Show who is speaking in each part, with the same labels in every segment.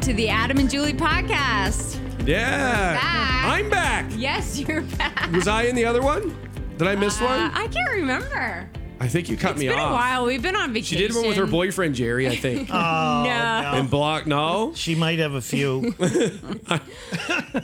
Speaker 1: to the Adam and Julie podcast.
Speaker 2: Yeah.
Speaker 1: back.
Speaker 2: I'm back.
Speaker 1: Yes, you're back.
Speaker 2: Was I in the other one? Did I miss
Speaker 1: Uh,
Speaker 2: one?
Speaker 1: I can't remember.
Speaker 2: I think you cut
Speaker 1: It's
Speaker 2: me
Speaker 1: been
Speaker 2: off.
Speaker 1: a while. We've been on
Speaker 2: She
Speaker 1: vacation.
Speaker 2: did one with her boyfriend Jerry, I think.
Speaker 3: Oh.
Speaker 1: No.
Speaker 2: and block no.
Speaker 3: She might have a few.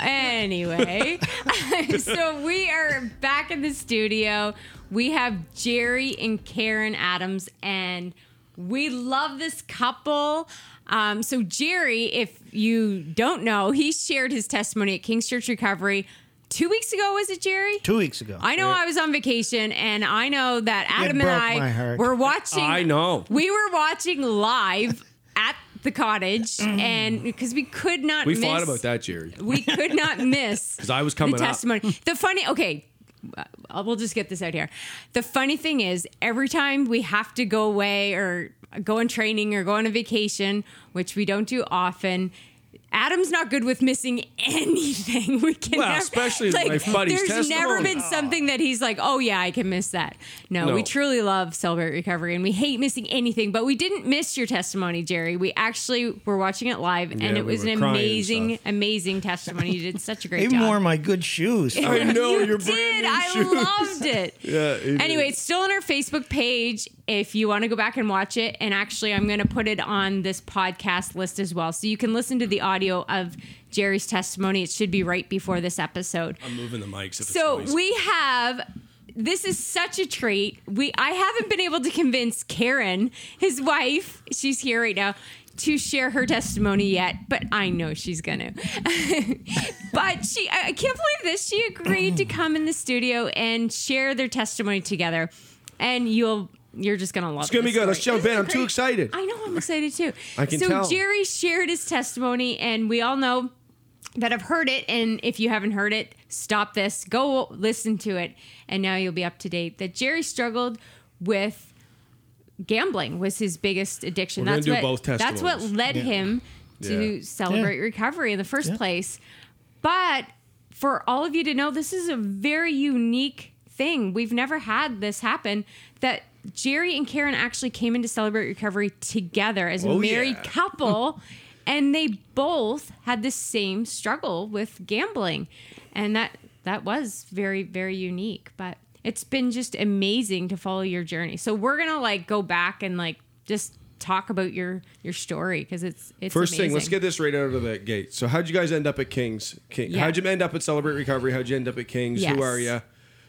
Speaker 1: Anyway, so we are back in the studio. We have Jerry and Karen Adams, and we love this couple. Um, so, Jerry, if you don't know, he shared his testimony at King's Church Recovery two weeks ago. Was it Jerry?
Speaker 3: Two weeks ago.
Speaker 1: I know I was on vacation, and I know that Adam and
Speaker 3: broke
Speaker 1: I
Speaker 3: my heart.
Speaker 1: were watching.
Speaker 2: I know.
Speaker 1: we were watching live at the cottage,
Speaker 3: Mm.
Speaker 1: and because we could not,
Speaker 2: We
Speaker 1: miss,
Speaker 2: fought about that, Jerry.
Speaker 1: We could not miss because
Speaker 2: I was coming
Speaker 1: the
Speaker 2: up.
Speaker 1: testimony. The funny, okay. uh, We'll just get this out here. The funny thing is, every time we have to go away or go on training or go on a vacation, which we don't do often, Adam's not good with missing anything. We can
Speaker 2: Well,
Speaker 1: never-
Speaker 2: especially
Speaker 1: like,
Speaker 2: my buddy's
Speaker 1: There's never
Speaker 2: testimony. Ah.
Speaker 1: been something that he's like, oh yeah, I can miss that. No,
Speaker 2: No.
Speaker 1: we truly love Celebrate Recovery and we hate missing anything, but we didn't miss your testimony, Jerry. We actually were watching it live and
Speaker 2: Yeah,
Speaker 1: it
Speaker 2: we
Speaker 1: was
Speaker 2: were
Speaker 1: an
Speaker 2: crying and
Speaker 1: amazing,
Speaker 2: stuff.
Speaker 1: amazing testimony. You did such a great
Speaker 3: Even
Speaker 1: job.
Speaker 3: wore my good shoes.
Speaker 2: I know
Speaker 1: you
Speaker 2: your
Speaker 1: did.
Speaker 2: brand new
Speaker 1: I
Speaker 2: shoes.
Speaker 1: loved it.
Speaker 2: Yeah, you did.
Speaker 1: Anyway, it's still on our Facebook page if you want to go back and watch it. And actually, I'm going to put it on this podcast list as well. So you can listen to the audio of Jerry's testimony. It should be right before this episode.
Speaker 2: I'm moving the mics. If it's
Speaker 1: So
Speaker 2: noisy.
Speaker 1: we have. This is such a treat. We I haven't been able to convince Karen, his wife, she's here right now, to share her testimony yet, but I know she's gonna. but she, I I can't believe this. She agreed to come in the studio and share their testimony together, and you'll you're just gonna love.
Speaker 2: it's gonna be good. Let's jump in. I'm too excited.
Speaker 1: I know. I'm excited too.
Speaker 2: I can
Speaker 1: so
Speaker 2: tell.
Speaker 1: Jerry shared his testimony, and we all know that have heard it. And if you haven't heard it, stop this. Go listen to it, and now you'll be up to date. That Jerry struggled with gambling was his biggest addiction.
Speaker 2: We're gonna
Speaker 1: that's
Speaker 2: do
Speaker 1: what
Speaker 2: both
Speaker 1: that's what
Speaker 2: testimonies.
Speaker 1: led him to
Speaker 2: Yeah.
Speaker 1: celebrate
Speaker 3: Yeah.
Speaker 1: recovery in the first
Speaker 3: Yeah.
Speaker 1: place. But for all of you to know, this is a very unique thing. We've never had this happen that Jerry and Karen actually came in to celebrate recovery together as a
Speaker 2: Oh,
Speaker 1: married
Speaker 2: yeah.
Speaker 1: couple, and they both had the same struggle with gambling, and that that was very very unique. But it's been just amazing to follow your journey. So we're gonna like go back and like just talk about your your story because it's it's
Speaker 2: First thing,
Speaker 1: amazing.
Speaker 2: let's get this right out of the gate. So, how'd you guys end up at Kings? King,
Speaker 1: Yeah.
Speaker 2: How'd you end up at Celebrate Recovery? How'd you end up at Kings?
Speaker 1: Yes.
Speaker 2: Who are you?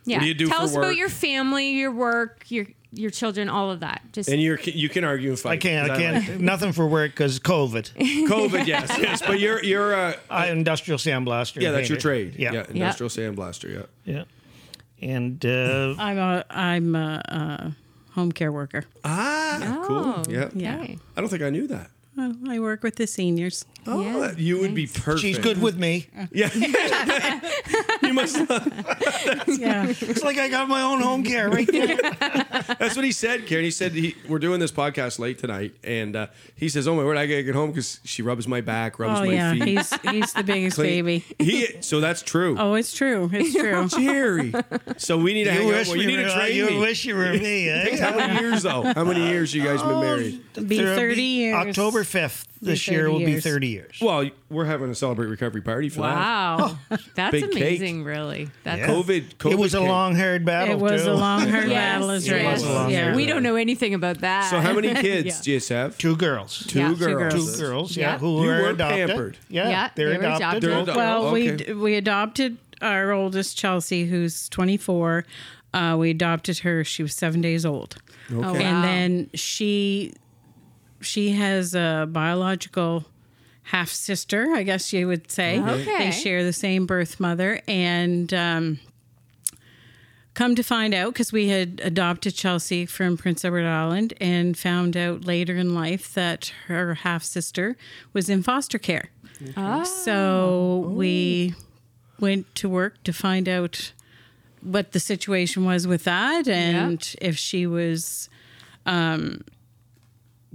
Speaker 1: yeah.
Speaker 2: What do you do
Speaker 1: Tell
Speaker 2: for
Speaker 1: us
Speaker 2: work?
Speaker 1: about your family, your work, your your children, all of that. Just
Speaker 2: And you're you can argue and fight.
Speaker 3: I can't. I
Speaker 2: 'cause
Speaker 3: can't. nothing for work because COVID.
Speaker 2: like- COVID, yes, yes, but you're you're uh,
Speaker 3: I industrial sandblaster.
Speaker 2: yeah, that's your trade.
Speaker 3: painter. Yeah.
Speaker 2: industrial sandblaster. Yeah.
Speaker 3: Yeah. And uh,
Speaker 4: I'm a I'm a, uh home care worker.
Speaker 2: Ah,
Speaker 1: Oh,
Speaker 2: cool. Yeah.
Speaker 4: Yeah.
Speaker 1: okay.
Speaker 2: I don't think I knew that.
Speaker 4: Well, I work with the seniors.
Speaker 2: Oh,
Speaker 1: Yeah.
Speaker 2: that- you would be perfect.
Speaker 3: she's good with me.
Speaker 2: Yeah. you must.
Speaker 4: Yeah,
Speaker 3: It's like I got my own home care right there.
Speaker 2: That's what he said, Karen. He said he, we're doing this podcast late tonight, and uh, he says, "Oh my word, I gotta get home because she rubs my back, rubs
Speaker 4: oh
Speaker 2: my
Speaker 4: yeah,
Speaker 2: feet."
Speaker 4: he's he's the biggest
Speaker 2: Clean-
Speaker 4: baby.
Speaker 2: He. So that's true.
Speaker 4: Oh, it's true. It's true.
Speaker 2: Jerry. So we need to hang
Speaker 3: You
Speaker 2: out
Speaker 3: wish
Speaker 2: more. You
Speaker 3: you,
Speaker 2: need to
Speaker 3: were,
Speaker 2: train
Speaker 3: you
Speaker 2: me.
Speaker 3: wish you were Uh, oh. me. eh?
Speaker 2: How many years though? How many years you guys been married?
Speaker 4: Be
Speaker 3: There'll
Speaker 4: thirty years.
Speaker 3: October fifth this
Speaker 4: 30
Speaker 3: year will be
Speaker 4: years.
Speaker 3: thirty years.
Speaker 2: Well, we're having a celebrate recovery party for that.
Speaker 1: Wow, that's
Speaker 2: Big cake.
Speaker 1: amazing. Really, that's
Speaker 3: Yeah.
Speaker 2: COVID. COVID
Speaker 3: it was a
Speaker 2: came.
Speaker 3: long haired battle.
Speaker 4: It was
Speaker 3: too.
Speaker 4: a long hard
Speaker 1: Yes,
Speaker 4: battle. is
Speaker 1: yes.
Speaker 4: right.
Speaker 3: It was a long
Speaker 4: yeah.
Speaker 3: hard
Speaker 1: We don't know anything about that.
Speaker 2: So how many kids do you have?
Speaker 3: two girls.
Speaker 2: Two
Speaker 1: Yeah, two
Speaker 2: girls.
Speaker 3: Two girls, yeah,
Speaker 1: Yeah.
Speaker 3: who
Speaker 2: You
Speaker 3: were,
Speaker 2: were
Speaker 3: adopted.
Speaker 2: pampered.
Speaker 3: Yeah,
Speaker 1: Yeah,
Speaker 3: they're
Speaker 1: they were
Speaker 3: adopted.
Speaker 1: adopted.
Speaker 2: They're adopted.
Speaker 4: Well, we
Speaker 2: Okay.
Speaker 4: d- we adopted our oldest Chelsea, who's 24. Uh, we adopted her. She was seven days old,
Speaker 1: Oh, wow.
Speaker 4: and then she she has a biological half sister, I guess you would say.
Speaker 1: Okay.
Speaker 4: They share the same birth mother, and um, come to find out, because we had adopted Chelsea from Prince Edward Island, and found out later in life that her half sister was in foster care. So we went to work to find out what the situation was with that and if she was um,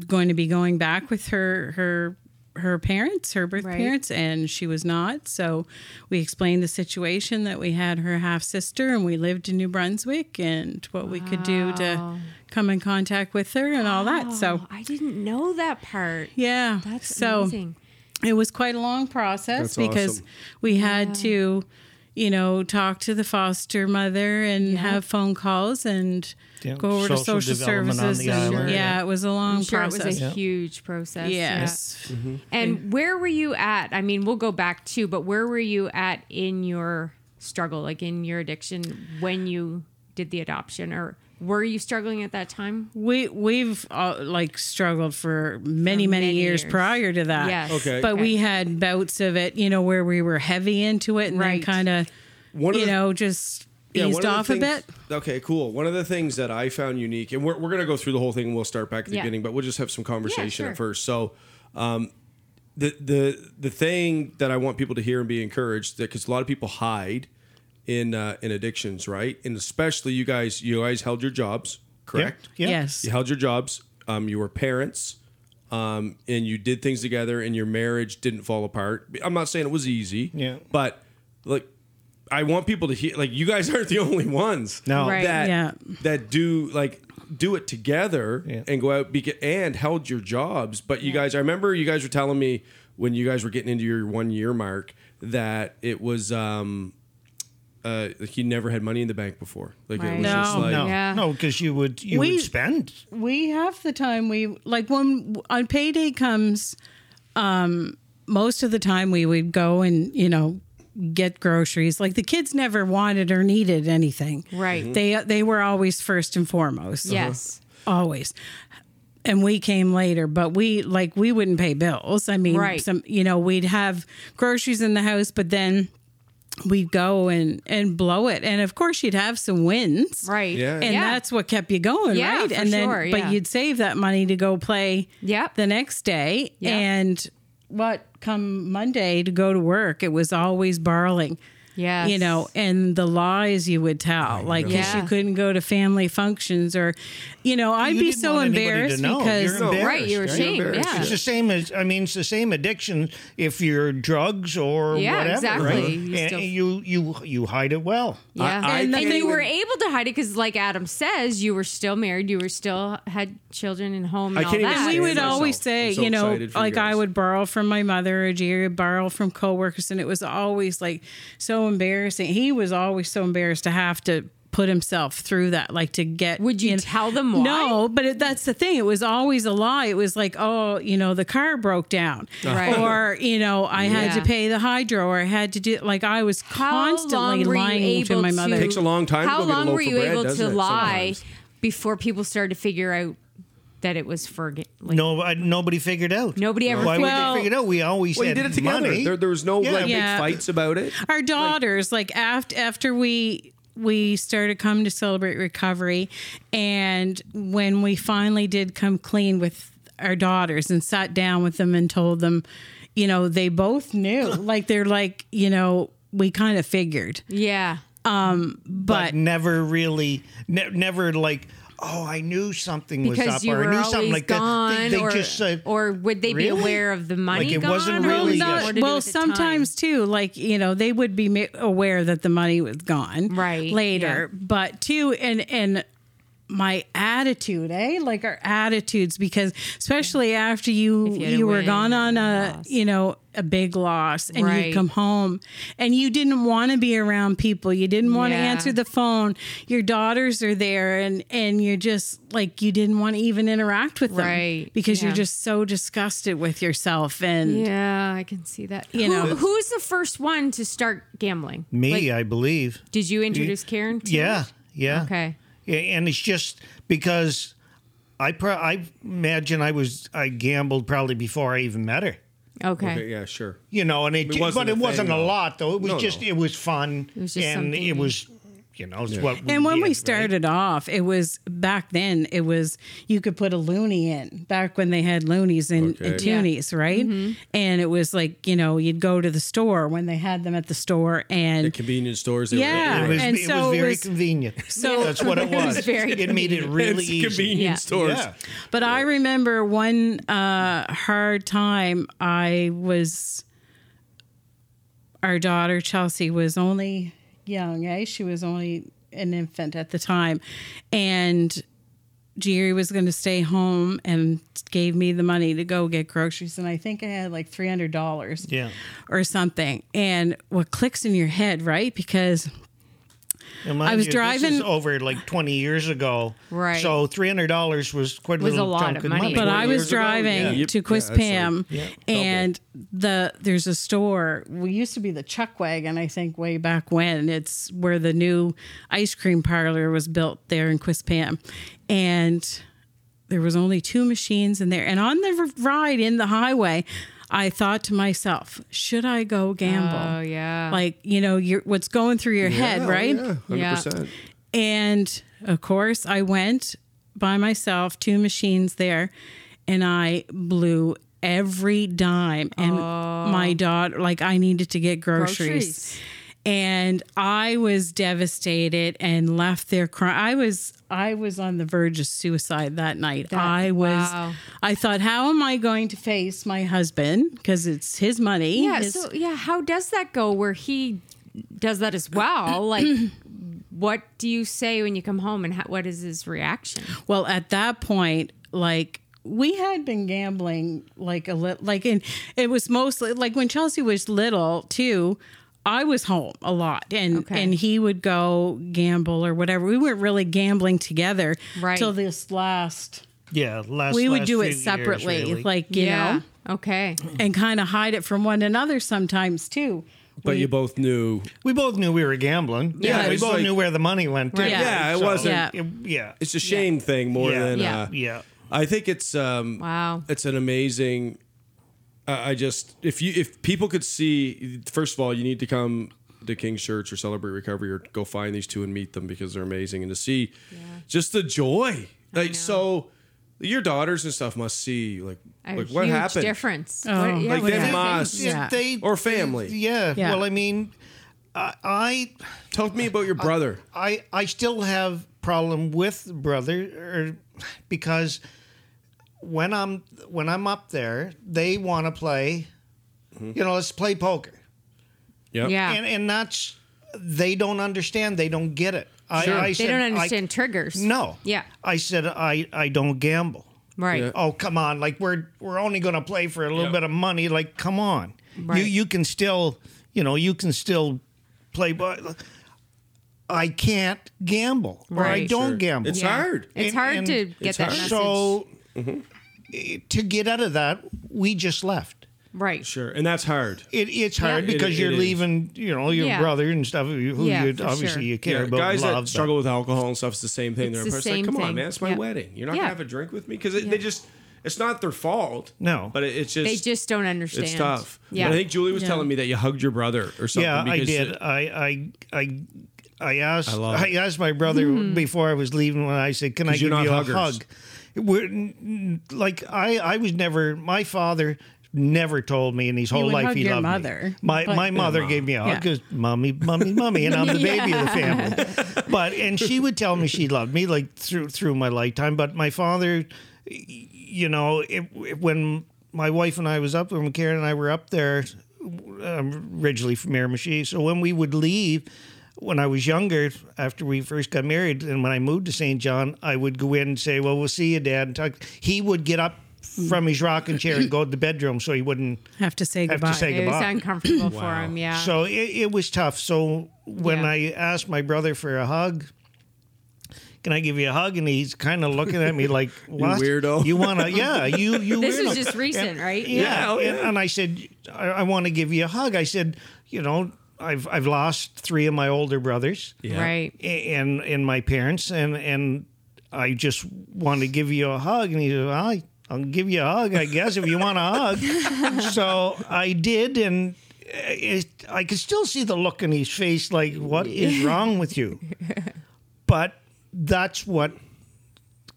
Speaker 4: going to be going back with her her her parents, her birth
Speaker 1: Right.
Speaker 4: parents, and she was not. So we explained the situation that we had her half sister and we lived in New Brunswick and what we could do to come in
Speaker 1: Oh,
Speaker 4: contact with her and all that. So
Speaker 1: I didn't know that part.
Speaker 4: yeah,
Speaker 1: That's
Speaker 4: so
Speaker 1: amazing.
Speaker 4: it was quite a long
Speaker 2: That's
Speaker 4: process because
Speaker 2: awesome.
Speaker 4: we had to you know talk to the foster mother and have phone calls and
Speaker 3: Yeah,
Speaker 4: go over to
Speaker 3: social
Speaker 4: social
Speaker 3: development on
Speaker 4: services
Speaker 3: the
Speaker 4: and-
Speaker 3: island.
Speaker 4: yeah it was a long
Speaker 1: I'm sure it
Speaker 4: process
Speaker 1: was a huge process. yeah.
Speaker 4: yes
Speaker 1: And where were you at? I mean, we'll go back too, but where were you at in your struggle, like in your addiction when you did the adoption or were you struggling at that time?
Speaker 4: we we've uh, like struggled for many many,
Speaker 1: many
Speaker 4: years,
Speaker 1: years.
Speaker 4: prior to that
Speaker 1: Yes.
Speaker 2: Okay.
Speaker 4: but we
Speaker 1: Okay.
Speaker 4: had bouts of it you know where we were heavy into it and
Speaker 1: Right.
Speaker 4: then kind of
Speaker 2: One of
Speaker 4: you
Speaker 2: the-
Speaker 4: know just
Speaker 2: one
Speaker 4: eased
Speaker 2: of the
Speaker 4: off a
Speaker 2: things-
Speaker 4: bit
Speaker 2: Okay, cool. One of the things that I found unique, and we're, we're going to go through the whole thing and we'll start back at the
Speaker 1: Yeah.
Speaker 2: beginning, but we'll just have some conversation
Speaker 1: sure.
Speaker 2: at first. So, um, the, the, the thing that I want people to hear and be encouraged, because a lot of people hide in, uh, in addictions, right? And especially you guys, you guys held your jobs, correct?
Speaker 3: Yeah.
Speaker 4: yes
Speaker 2: You held your jobs, um, you were parents. Um, and you did things together, and your marriage didn't fall apart. I'm not saying it was easy,
Speaker 3: Yeah.
Speaker 2: But like, I want people to hear. Like, you guys aren't the only ones
Speaker 3: No.
Speaker 1: Right.
Speaker 2: that
Speaker 4: Yeah.
Speaker 2: that do like do it together
Speaker 3: Yeah.
Speaker 2: and go out beca- and held your jobs. But you guys, I remember you guys were telling me when you guys were getting into your one year mark that it was um uh like you never had money in the bank before. Like it
Speaker 1: Right.
Speaker 2: was just
Speaker 4: No.
Speaker 2: like
Speaker 3: No,
Speaker 1: Yeah.
Speaker 3: no, because you would you
Speaker 4: We-
Speaker 3: would spend.
Speaker 4: we half the time we like when on payday comes um most of the time we would go and you know get groceries like the kids never wanted or needed anything
Speaker 1: Right. Mhm.
Speaker 4: they they were always first and foremost
Speaker 1: Yes.
Speaker 4: always and we came later but we like we wouldn't pay bills i mean
Speaker 1: Right.
Speaker 4: some you know we'd have groceries in the house but then we'd go and and blow it and of course you'd have some wins
Speaker 1: Right.
Speaker 2: Yeah.
Speaker 4: and that's what kept you going,
Speaker 1: Yeah,
Speaker 4: right?
Speaker 1: for
Speaker 4: and then,
Speaker 1: sure, yeah.
Speaker 4: but you'd save that money to go play
Speaker 1: Yep.
Speaker 4: the next day.
Speaker 1: Yeah.
Speaker 4: And what come Monday to go to work, it was always borrowing.
Speaker 1: Yes.
Speaker 4: You know, and the lies you would tell, like 'cause
Speaker 1: Yeah.
Speaker 4: you couldn't go to family functions, or, you know, I'd
Speaker 3: You
Speaker 4: be
Speaker 3: didn't
Speaker 4: so
Speaker 3: want anybody to
Speaker 4: embarrassed
Speaker 3: know.
Speaker 4: because
Speaker 3: You're embarrassed,
Speaker 1: Right, you were
Speaker 3: right?
Speaker 1: ashamed.
Speaker 2: embarrassed.
Speaker 1: Yeah.
Speaker 3: It's the same as I mean, it's the same addiction if you're drugs or
Speaker 1: Yeah,
Speaker 3: whatever,
Speaker 1: exactly.
Speaker 3: right?
Speaker 1: You
Speaker 3: and
Speaker 1: still-
Speaker 3: you you you hide it well.
Speaker 1: Yeah.
Speaker 2: I- I
Speaker 1: and
Speaker 2: can't
Speaker 1: you
Speaker 2: even-
Speaker 1: were able to hide it because, like Adam says, you were still married. You were still had children and home. And
Speaker 2: I
Speaker 1: all
Speaker 2: can't even
Speaker 1: that.
Speaker 2: stand
Speaker 4: we would
Speaker 2: myself.
Speaker 4: always
Speaker 2: I'm
Speaker 4: say,
Speaker 2: so
Speaker 4: you know,
Speaker 2: excited for you
Speaker 4: like I
Speaker 2: guys.
Speaker 4: would borrow from my mother, or Jerry would borrow from coworkers, and it was always like so embarrassing. He was always so embarrassed to have to put himself through that, like to get.
Speaker 1: Would you
Speaker 4: know-
Speaker 1: tell them why?
Speaker 4: No, but it, that's the thing. It was always a lie. It was like, oh, you know, the car broke down,
Speaker 1: Right.
Speaker 4: or you know, I
Speaker 1: Yeah.
Speaker 4: had to pay the hydro, or I had to do like I was
Speaker 1: How long
Speaker 4: constantly
Speaker 1: were you
Speaker 4: lying to
Speaker 1: able
Speaker 4: my mother.
Speaker 2: Takes a long time to
Speaker 1: How
Speaker 2: go get a
Speaker 1: long
Speaker 2: loaf
Speaker 1: were
Speaker 2: of
Speaker 1: you
Speaker 2: bread,
Speaker 1: able
Speaker 2: doesn't
Speaker 1: to
Speaker 2: it,
Speaker 1: lie
Speaker 2: sometimes?
Speaker 1: before people started to figure out that it was for like,
Speaker 3: No, I, nobody figured out.
Speaker 1: Nobody ever
Speaker 3: Why would
Speaker 1: figured-
Speaker 3: they figure it out? We always
Speaker 2: Well, you
Speaker 3: had
Speaker 2: did it together.
Speaker 3: money.
Speaker 2: There, there was no
Speaker 3: Yeah.
Speaker 2: like
Speaker 4: Yeah.
Speaker 2: big fights about it.
Speaker 4: our daughters like, after after we we started coming to celebrate recovery and when we finally did come clean with our daughters and sat down with them and told them you know they both knew like they're like you know we kind of figured
Speaker 1: yeah,
Speaker 4: but
Speaker 3: never really, ne- never like. Oh, I knew something was up,
Speaker 1: because you
Speaker 3: or I
Speaker 1: were
Speaker 3: knew something
Speaker 1: always
Speaker 3: like
Speaker 1: gone,
Speaker 3: that. They, they
Speaker 1: or,
Speaker 3: just said,
Speaker 1: or would they
Speaker 3: "Really?"
Speaker 1: be aware of the money?
Speaker 3: Like, it
Speaker 1: gone,
Speaker 3: wasn't
Speaker 1: or was
Speaker 3: really
Speaker 1: it
Speaker 3: a-
Speaker 1: more to do
Speaker 4: well
Speaker 1: with the time?
Speaker 4: sometimes too like you know they would be ma- aware that the money was gone
Speaker 1: Right,
Speaker 4: later but too and and my attitude eh like our attitudes because especially after you
Speaker 1: you
Speaker 4: you,
Speaker 1: had a
Speaker 4: were
Speaker 1: win
Speaker 4: gone on
Speaker 1: or a
Speaker 4: a
Speaker 1: loss.
Speaker 4: you know a big loss and
Speaker 1: Right.
Speaker 4: you come home and you didn't want to be around people you didn't want to
Speaker 1: Yeah.
Speaker 4: answer the phone your daughters are there and and you're just like you didn't want to even interact with them
Speaker 1: Right,
Speaker 4: because
Speaker 1: yeah.
Speaker 4: you're just so disgusted with yourself and
Speaker 1: Yeah, I can see that.
Speaker 4: You
Speaker 1: Who-
Speaker 4: know.
Speaker 1: who's the first one to start gambling?
Speaker 3: "Me, I believe."
Speaker 1: Did you introduce Karen? To
Speaker 3: Yeah,
Speaker 1: it?
Speaker 3: yeah.
Speaker 1: Okay.
Speaker 3: Yeah, and it's just because I pro- I imagine I was I gambled probably before I even met her.
Speaker 1: Okay.
Speaker 2: Okay, yeah, sure.
Speaker 3: You know, and it,
Speaker 2: It wasn't a
Speaker 3: but it wasn't
Speaker 2: thing,
Speaker 3: a
Speaker 2: though.
Speaker 3: lot though. It was
Speaker 2: No,
Speaker 3: just
Speaker 2: no.
Speaker 3: it was fun
Speaker 1: was just
Speaker 3: and
Speaker 1: something
Speaker 3: it was you know, it's what
Speaker 4: And when
Speaker 3: did,
Speaker 4: we
Speaker 3: right?
Speaker 4: started off, it was back then. It was you could put a loony in back when they had loonies and, and
Speaker 2: Okay.
Speaker 1: Yeah.
Speaker 4: toonies, right? And it was like you know you'd go to the store when they had them at the store, and
Speaker 2: Convenience stores. they were-
Speaker 4: Yeah.
Speaker 3: it was,
Speaker 4: and
Speaker 3: it
Speaker 4: so
Speaker 3: was
Speaker 4: it
Speaker 3: very
Speaker 4: was-
Speaker 3: convenient.
Speaker 4: so-
Speaker 3: that's what it
Speaker 1: It was
Speaker 3: was.
Speaker 1: very
Speaker 3: it made it really
Speaker 2: it's
Speaker 3: easy.
Speaker 2: convenience
Speaker 1: Yeah.
Speaker 2: stores.
Speaker 3: Yeah.
Speaker 4: But I remember one uh, hard time I was, our daughter Chelsea was only young, eh? She was only an infant at the time. And Jerry was going to stay home and gave me the money to go get groceries. And I think I had like $300
Speaker 3: Yeah.
Speaker 4: or something. And what clicks in your head, right? Because
Speaker 3: And mind
Speaker 4: I was
Speaker 3: you, This is
Speaker 4: driving-
Speaker 3: over like 20 years ago.
Speaker 1: Right.
Speaker 3: So $300 was quite a
Speaker 1: Was a
Speaker 3: little
Speaker 1: lot
Speaker 3: chunk
Speaker 1: of money.
Speaker 3: money.
Speaker 4: but
Speaker 2: Twenty
Speaker 4: I was
Speaker 2: years ago?
Speaker 4: driving
Speaker 2: Yeah. Yep.
Speaker 4: to Quiz
Speaker 2: Yeah, that's like-
Speaker 4: Pam,
Speaker 3: Yeah.
Speaker 4: and the there's a store. We used to be the Chuck Wagon, I think, way back when. It's where the new ice cream parlor was built there in Quiz Pam, and there was only two machines in there. And on the r- ride in the highway, I thought to myself, should I go gamble?
Speaker 1: Oh, yeah.
Speaker 4: Like you know, you're, what's going through your head, right?
Speaker 2: Yeah, 100%.
Speaker 4: And of course, I went by myself, two machines there, and I blew every dime. And my daughter, like, I needed to get groceries.
Speaker 1: Groceries.
Speaker 4: And I was devastated and left there crying. I was I was on the verge of suicide that night. I was
Speaker 1: wow.
Speaker 4: I thought, how am I going to face my husband because it's his money?
Speaker 1: Yeah.
Speaker 4: his-
Speaker 1: So yeah, how does that go? Where he does that as well? Like, what do you say when you come home, and how, what is his reaction?
Speaker 4: Well, at that point, like we had been gambling like a little, like in it was mostly like when Chelsea was little too. I was home a lot, and
Speaker 1: Okay.
Speaker 4: and he would go gamble or whatever. We weren't really gambling together
Speaker 1: Right.
Speaker 4: till this last.
Speaker 3: yeah. Last,
Speaker 4: We would
Speaker 3: last
Speaker 4: do
Speaker 3: few
Speaker 4: it
Speaker 3: years,
Speaker 4: separately,
Speaker 3: really.
Speaker 4: like you know,
Speaker 1: Okay.
Speaker 4: and kind of hide it from one another sometimes too.
Speaker 2: But you both knew.
Speaker 3: we both knew we were gambling.
Speaker 2: Yeah,
Speaker 3: we
Speaker 2: it's
Speaker 3: both
Speaker 2: like-
Speaker 3: knew where the money went. to.
Speaker 4: Yeah. Yeah,
Speaker 2: it wasn't-
Speaker 4: Yeah.
Speaker 3: it- yeah.
Speaker 2: It's a shame thing more
Speaker 3: Yeah.
Speaker 2: than.
Speaker 1: Yeah.
Speaker 2: Uh,
Speaker 3: Yeah.
Speaker 2: I think it's. Um,
Speaker 1: Wow.
Speaker 2: It's an amazing. I I just if you if people could see first of all you need to come to King's Church or Celebrate Recovery or go find these two and meet them because they're amazing and to see just the joy like so your daughters and stuff must see like
Speaker 1: A
Speaker 2: like what
Speaker 1: huge
Speaker 2: happened
Speaker 1: difference.
Speaker 4: Oh.
Speaker 1: What- yeah,
Speaker 2: like
Speaker 1: what
Speaker 2: them
Speaker 1: happened?
Speaker 2: mas
Speaker 4: Yeah.
Speaker 3: They,
Speaker 2: or family
Speaker 3: yeah.
Speaker 4: Yeah.
Speaker 3: Well, I mean, I, I
Speaker 2: tell me about your brother
Speaker 3: I I still have problem with brother er, because when I'm when I'm up there, they want to play.
Speaker 2: Mm-hmm.
Speaker 3: You know, let's play poker,
Speaker 2: Yep.
Speaker 1: Yeah.
Speaker 3: and and that's they don't understand. They don't get it. I,
Speaker 2: Sure.
Speaker 3: I
Speaker 2: They
Speaker 1: they
Speaker 3: said,
Speaker 1: don't
Speaker 3: I-
Speaker 1: understand triggers.
Speaker 3: no.
Speaker 1: Yeah.
Speaker 3: I said I I don't gamble.
Speaker 1: Right.
Speaker 2: Yeah.
Speaker 3: Oh come on! Like we're we're only going to play for a little
Speaker 2: Yeah.
Speaker 3: bit of money. Like come on, you
Speaker 1: Right.
Speaker 3: you can still you know you can still play, but I can't gamble or I
Speaker 1: Right.
Speaker 3: don't
Speaker 2: Sure.
Speaker 3: gamble.
Speaker 2: It's
Speaker 1: Yeah.
Speaker 2: hard.
Speaker 1: It's
Speaker 3: And-
Speaker 1: hard
Speaker 3: and
Speaker 1: to get that
Speaker 2: hard.
Speaker 1: message.
Speaker 3: So eh, to get out of that, we just left.
Speaker 1: right.
Speaker 2: sure and that's hard
Speaker 3: It, it's hard
Speaker 2: It-
Speaker 3: because
Speaker 2: it
Speaker 3: you're
Speaker 2: is.
Speaker 3: leaving, you know, your
Speaker 1: Yeah.
Speaker 3: brother and stuff who
Speaker 1: Yeah,
Speaker 3: you
Speaker 1: for
Speaker 3: obviously
Speaker 1: sure.
Speaker 3: you care
Speaker 2: Yeah,
Speaker 3: about,
Speaker 2: guys
Speaker 3: love,
Speaker 2: that
Speaker 3: but-
Speaker 2: struggle with alcohol and stuff, it's the same thing.
Speaker 1: It's
Speaker 2: They're
Speaker 1: the
Speaker 2: it's like,
Speaker 1: same
Speaker 2: come on,
Speaker 1: thing.
Speaker 2: man, it's my
Speaker 1: Yeah.
Speaker 2: wedding. You're not
Speaker 1: Yeah.
Speaker 2: gonna have a drink with me because it,
Speaker 1: Yeah.
Speaker 2: they just. It's not their fault.
Speaker 3: No.
Speaker 2: but it, it's just
Speaker 1: They just don't understand.
Speaker 2: it's tough.
Speaker 1: Yeah.
Speaker 2: But I think Julie was
Speaker 4: Yeah.
Speaker 2: telling me that you hugged your brother or something.
Speaker 3: Yeah, I
Speaker 2: because
Speaker 3: did.
Speaker 2: it-
Speaker 3: I I I I asked I,
Speaker 2: love it.
Speaker 3: asked my brother
Speaker 4: Hmm.
Speaker 3: before I was leaving when I said, "Can I
Speaker 2: 'Cause
Speaker 3: give
Speaker 2: you're
Speaker 3: you a
Speaker 2: not huggers.
Speaker 3: hug?" We're, n- n- like I I was never my father never told me in his whole
Speaker 4: would
Speaker 3: life
Speaker 4: hug
Speaker 3: he
Speaker 4: your
Speaker 3: loved me.
Speaker 4: mother,
Speaker 3: My
Speaker 4: but-
Speaker 3: my mother gave me a hug
Speaker 4: Yeah.
Speaker 3: because mommy mommy mommy and I'm the baby of the family. But and she would tell me she loved me like through through my lifetime. But my father you know, it, it- when my wife and I was up, when Karen and I were up there, I'm originally from Miramichi. So when we would leave, when I was younger, after we first got married, and when I moved to St. John, I would go in and say, "Well, we'll see you, Dad." And talk. He would get up from his rocking chair and go to the bedroom, so he wouldn't.
Speaker 4: Have to say
Speaker 3: Have to
Speaker 4: goodbye.
Speaker 3: say
Speaker 1: It was
Speaker 3: goodbye.
Speaker 1: uncomfortable for him. Yeah.
Speaker 3: So it, it was tough. So when
Speaker 1: Yeah.
Speaker 3: I asked my brother for a hug, can I give you a hug? And he's kind of looking at me like, "What?
Speaker 2: weirdo."
Speaker 3: You want to? Yeah, you you."
Speaker 1: this
Speaker 3: weirdo.
Speaker 1: was just recent, right?
Speaker 3: Yeah.
Speaker 2: Yeah, oh,
Speaker 3: and,
Speaker 2: yeah.
Speaker 3: and I said, I, I want to give you a hug. I said, you know, I've I've lost three of my older brothers
Speaker 2: Yeah.
Speaker 1: Right.
Speaker 3: a- and and my parents, and and I just want to give you a hug. And he said, well, I, I'll give you a hug, I guess, if you want a hug. so I did, and. It, I could still see the look in his face, like "What is wrong with you?" But that's what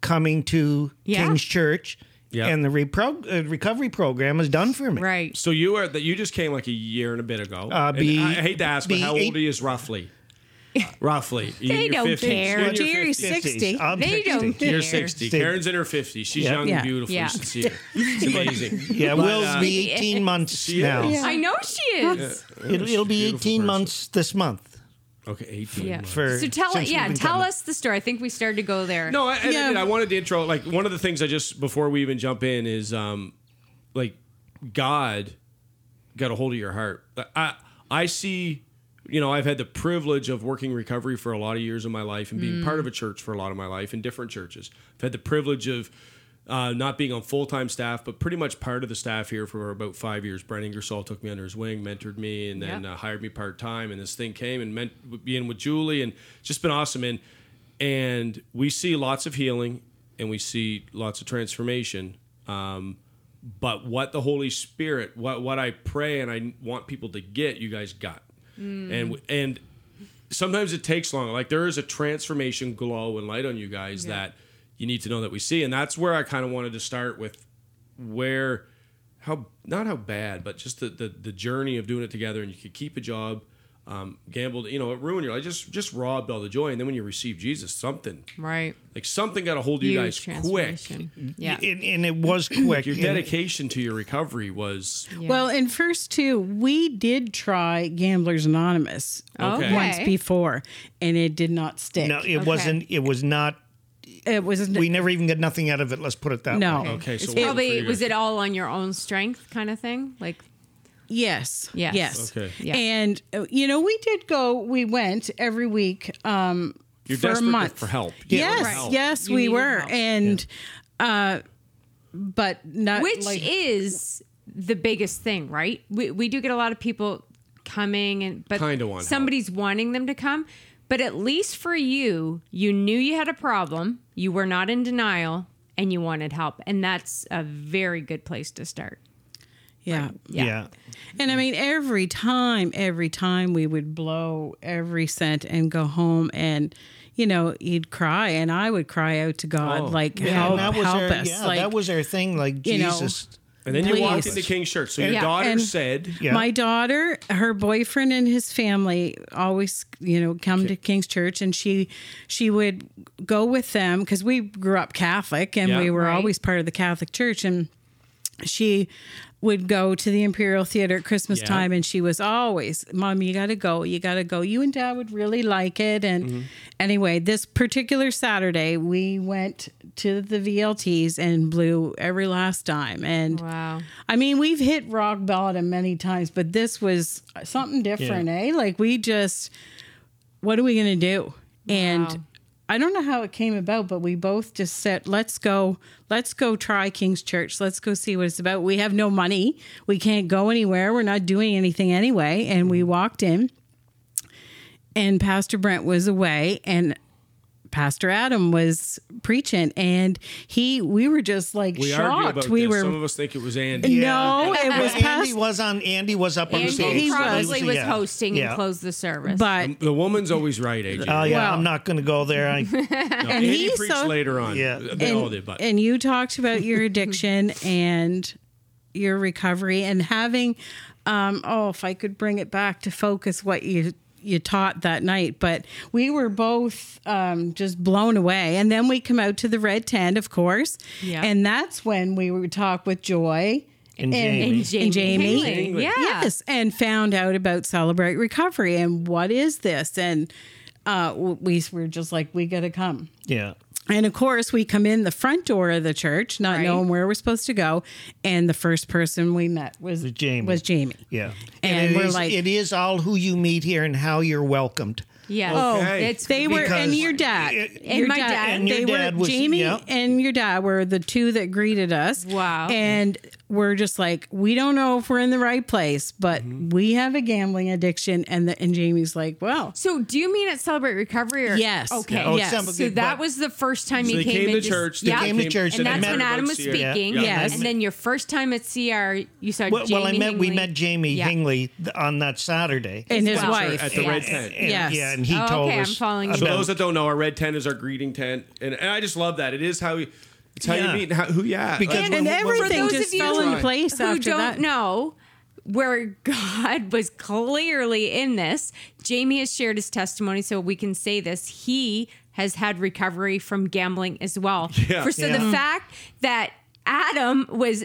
Speaker 3: coming to
Speaker 1: Yeah.
Speaker 3: King's Church
Speaker 2: Yeah.
Speaker 3: and the repro- uh, recovery program has done for me.
Speaker 1: Right.
Speaker 2: So you are that you just came like a year and a bit ago.
Speaker 3: Uh,
Speaker 2: And
Speaker 3: be-
Speaker 2: I hate to ask, but
Speaker 3: be
Speaker 2: how
Speaker 3: eight-
Speaker 2: old he is roughly? roughly, You
Speaker 1: They
Speaker 2: in your
Speaker 1: don't
Speaker 2: 50s.
Speaker 1: care.
Speaker 2: You're in your
Speaker 4: Jerry's
Speaker 2: 50s.
Speaker 4: 60.
Speaker 3: I'm
Speaker 1: They
Speaker 3: 60.
Speaker 1: don't care.
Speaker 2: You're sixty.
Speaker 3: Stay-
Speaker 2: Karen's in her fifties. She's
Speaker 3: Yeah.
Speaker 2: young
Speaker 4: Yeah.
Speaker 2: and beautiful.
Speaker 1: Yeah.
Speaker 2: You should see her. It's amazing.
Speaker 3: Yeah,
Speaker 2: But,
Speaker 3: Will's
Speaker 2: uh,
Speaker 3: be 18 months
Speaker 2: She
Speaker 3: now.
Speaker 2: is.
Speaker 1: I know she is.
Speaker 3: It'll, it'll be 18 months this month.
Speaker 2: Okay, eighteen.
Speaker 1: Yeah.
Speaker 2: months.
Speaker 3: For
Speaker 1: So tell
Speaker 3: since we've
Speaker 1: yeah,
Speaker 3: been
Speaker 1: tell
Speaker 3: coming.
Speaker 1: us the story. I think we started to go there.
Speaker 2: No, I, and I,
Speaker 4: Yeah.
Speaker 2: did. I wanted to intro like one of the things I just before we even jump in is um like God got a hold of your heart. I I see you know, I've had the privilege of working recovery for a lot of years of my life and being part of a church for a lot of my life in different churches. I've had the privilege of uh, not being on full time staff, but pretty much part of the staff here for about five years. Brent Ingersoll took me under his wing, mentored me, and then
Speaker 1: Yep.
Speaker 2: uh, hired me part time. And this thing came and meant being with Julie, and it's just been awesome. And and we see lots of healing and we see lots of transformation. Um, but what the Holy Spirit, what what I pray and I want people to get, you guys got,
Speaker 1: Hmm.
Speaker 2: and and sometimes it takes longer. Like there is a transformation glow and light on you guys that you need to know that we see, and that's where I kind of wanted to start with where how not how bad, but just the the, the journey of doing it together, and you could keep a job. Um, gambled, you know, it ruined your life. Just, just robbed all the joy, and then when you received Jesus, something
Speaker 1: Right.
Speaker 2: like something got a hold of you
Speaker 1: Huge
Speaker 2: guys quick.
Speaker 1: transformation. Yeah.
Speaker 3: and, and it was quick.
Speaker 2: Your
Speaker 3: and-
Speaker 2: dedication to your recovery was
Speaker 1: Yeah.
Speaker 4: Well, in first two, we did try Gamblers Anonymous
Speaker 1: Oh,
Speaker 2: Okay.
Speaker 4: once before, and it did not stick.
Speaker 3: No, it wasn't. It was not.
Speaker 4: it was
Speaker 3: We never even got nothing out of it. Let's put it that
Speaker 4: No.
Speaker 3: way.
Speaker 2: Okay, so
Speaker 1: it's
Speaker 2: what was it for
Speaker 1: probably
Speaker 2: you
Speaker 1: was
Speaker 2: guys?
Speaker 1: it all on your own strength kind of thing? Like
Speaker 4: Yes.
Speaker 1: Yes.
Speaker 4: Yes.
Speaker 2: Okay.
Speaker 1: Yeah.
Speaker 4: And uh, you know, we did go. We went every week um,
Speaker 2: You're
Speaker 4: for a
Speaker 2: desperate
Speaker 4: month
Speaker 2: for help.
Speaker 4: yes.
Speaker 1: Right. help.
Speaker 4: Yes,
Speaker 1: You
Speaker 4: we
Speaker 1: needed
Speaker 4: were,
Speaker 1: help.
Speaker 4: and uh, but not
Speaker 1: which
Speaker 4: like-
Speaker 1: is the biggest thing, right? We we do get a lot of people coming and but
Speaker 2: Kinda want help.
Speaker 1: somebody's wanting them to come. But at least for you, you knew you had a problem, you were not in denial, and you wanted help. And that's a very good place to start.
Speaker 4: yeah.
Speaker 1: Yeah.
Speaker 4: And I mean, every time, every time we would blow every cent and go home, and you know, he'd cry, and I would cry out to God, like
Speaker 3: Oh.
Speaker 4: help,
Speaker 3: And that was
Speaker 4: help
Speaker 3: our,
Speaker 4: us,
Speaker 3: yeah,
Speaker 4: like
Speaker 3: that was our thing. Like
Speaker 4: you know,
Speaker 3: Jesus,
Speaker 2: And then you walked
Speaker 4: Please.
Speaker 2: into King's Church. So your
Speaker 1: Yeah,
Speaker 2: daughter
Speaker 4: and-
Speaker 2: said,
Speaker 3: Yeah.
Speaker 4: My daughter, her boyfriend, and his family always, you know, come to King's Church, and she she would go with them because we grew up Catholic, and
Speaker 2: Yeah.
Speaker 4: we were
Speaker 1: Right.
Speaker 4: always part of the Catholic Church, and she would go to the Imperial Theater at Christmas
Speaker 2: Yeah.
Speaker 4: time, and she was always, "Mom, you got to go, you got to go." You and Dad would really like it, and
Speaker 2: Mm-hmm.
Speaker 4: anyway, this particular Saturday, we went to the VLTs and blew every last dime, and
Speaker 1: Wow.
Speaker 4: I mean, we've hit rock bottom many times, but this was something different, eh? Like we just, what are we going to do?
Speaker 1: Wow.
Speaker 4: And I don't know how it came about, but we both just said, let's go, let's go try King's Church. Let's go see what it's about. We have no money. We can't go anywhere. We're not doing anything anyway. And
Speaker 2: Mm-hmm.
Speaker 4: we walked in and Pastor Brent was away and Pastor Adam was preaching and he we were just like
Speaker 2: we argue
Speaker 4: shocked.
Speaker 2: about
Speaker 4: We
Speaker 2: this.
Speaker 4: were
Speaker 2: Some of us think it was Andy.
Speaker 4: no, it was
Speaker 3: Andy
Speaker 4: past.
Speaker 3: was on. Andy was up on stage.
Speaker 1: Andy
Speaker 4: he
Speaker 1: probably
Speaker 4: was-
Speaker 1: was
Speaker 3: yeah.
Speaker 1: hosting
Speaker 3: yeah.
Speaker 1: and closed the service.
Speaker 4: But
Speaker 3: Um,
Speaker 2: The woman's always right, AJ.
Speaker 3: Oh yeah,
Speaker 4: Well-
Speaker 3: I'm not going to go there. I,
Speaker 2: No, Andy
Speaker 4: he
Speaker 2: preached
Speaker 4: saw-
Speaker 2: later on.
Speaker 3: Yeah.
Speaker 2: They all did, but
Speaker 4: and you talked about your addiction and your recovery and having um oh if I could bring it back to focus what you you taught that night but we were both um just blown away and then we come out to the red tent of course
Speaker 1: Yeah.
Speaker 4: and that's when we were talk with joy
Speaker 3: And Jamie.
Speaker 1: and Jamie,
Speaker 4: and Jamie.
Speaker 1: Haley, yeah.
Speaker 4: Yes, and found out about Celebrate Recovery and what is this? And uh, w- we were just like, we got to come.
Speaker 3: yeah.
Speaker 4: And of course, we come in the front door of the church, not
Speaker 1: Right.
Speaker 4: knowing where we're supposed to go. And the first person we met was
Speaker 3: Jamie.
Speaker 4: Was Jamie.
Speaker 3: Yeah.
Speaker 4: And
Speaker 3: it
Speaker 4: we're
Speaker 3: is-
Speaker 4: like-
Speaker 3: it is all who you meet here and how you're welcomed.
Speaker 1: Yes.
Speaker 2: Okay.
Speaker 1: it's
Speaker 4: oh, They were, and
Speaker 3: Because-
Speaker 4: your dad,
Speaker 1: And
Speaker 4: Your
Speaker 1: my dad.
Speaker 3: And your
Speaker 4: they
Speaker 3: dad
Speaker 4: were
Speaker 3: was-
Speaker 4: Jamie
Speaker 3: yeah.
Speaker 4: and your dad were the two that greeted us.
Speaker 1: Wow.
Speaker 4: And we're just like, we don't know if we're in the right place, but
Speaker 3: Mm-hmm.
Speaker 4: we have a gambling addiction, and the, and Jamie's like, well,
Speaker 1: So do you mean at Celebrate Recovery? Or?
Speaker 4: Yes.
Speaker 1: Okay.
Speaker 4: Yeah, oh,
Speaker 1: yes.
Speaker 3: some-
Speaker 1: So that
Speaker 3: but-
Speaker 1: was the first time
Speaker 2: So
Speaker 1: you
Speaker 2: they
Speaker 1: came,
Speaker 2: came to
Speaker 1: into-
Speaker 2: church, they
Speaker 1: Yeah.
Speaker 3: came to church,
Speaker 1: and
Speaker 3: they
Speaker 1: that's
Speaker 3: met
Speaker 1: when
Speaker 2: everybody
Speaker 1: Adam was
Speaker 2: here. Yeah.
Speaker 1: speaking.
Speaker 2: Yeah.
Speaker 4: Yes.
Speaker 1: And then your first time at CR, you saw
Speaker 3: Well,
Speaker 1: Jamie.
Speaker 3: well I met we
Speaker 1: Hingley.
Speaker 3: met Jamie
Speaker 1: Yeah.
Speaker 3: Hingley th- on that Saturday.
Speaker 4: and his
Speaker 1: Wow.
Speaker 4: wife.
Speaker 2: at the
Speaker 1: Yeah.
Speaker 2: red
Speaker 3: And-
Speaker 2: tent.
Speaker 4: Yes.
Speaker 3: Yeah, and he
Speaker 1: Oh,
Speaker 3: told
Speaker 1: okay,
Speaker 3: us
Speaker 1: I'm following you.
Speaker 2: So
Speaker 3: about-
Speaker 2: those that don't know, our red tent is our greeting tent, and, and I just love that. It is how you, it's how
Speaker 3: Yeah.
Speaker 2: you meet and how, who you at.
Speaker 3: Because
Speaker 2: Like,
Speaker 4: and
Speaker 3: Well, well,
Speaker 4: everything
Speaker 1: for those
Speaker 4: just
Speaker 1: of you
Speaker 4: fell into place
Speaker 1: who
Speaker 4: after
Speaker 1: don't
Speaker 4: that.
Speaker 1: know where God was clearly in this. Jamie has shared his testimony, so we can say this. He has had recovery from gambling as well.
Speaker 2: Yeah.
Speaker 1: For so the
Speaker 3: Yeah.
Speaker 1: fact that Adam was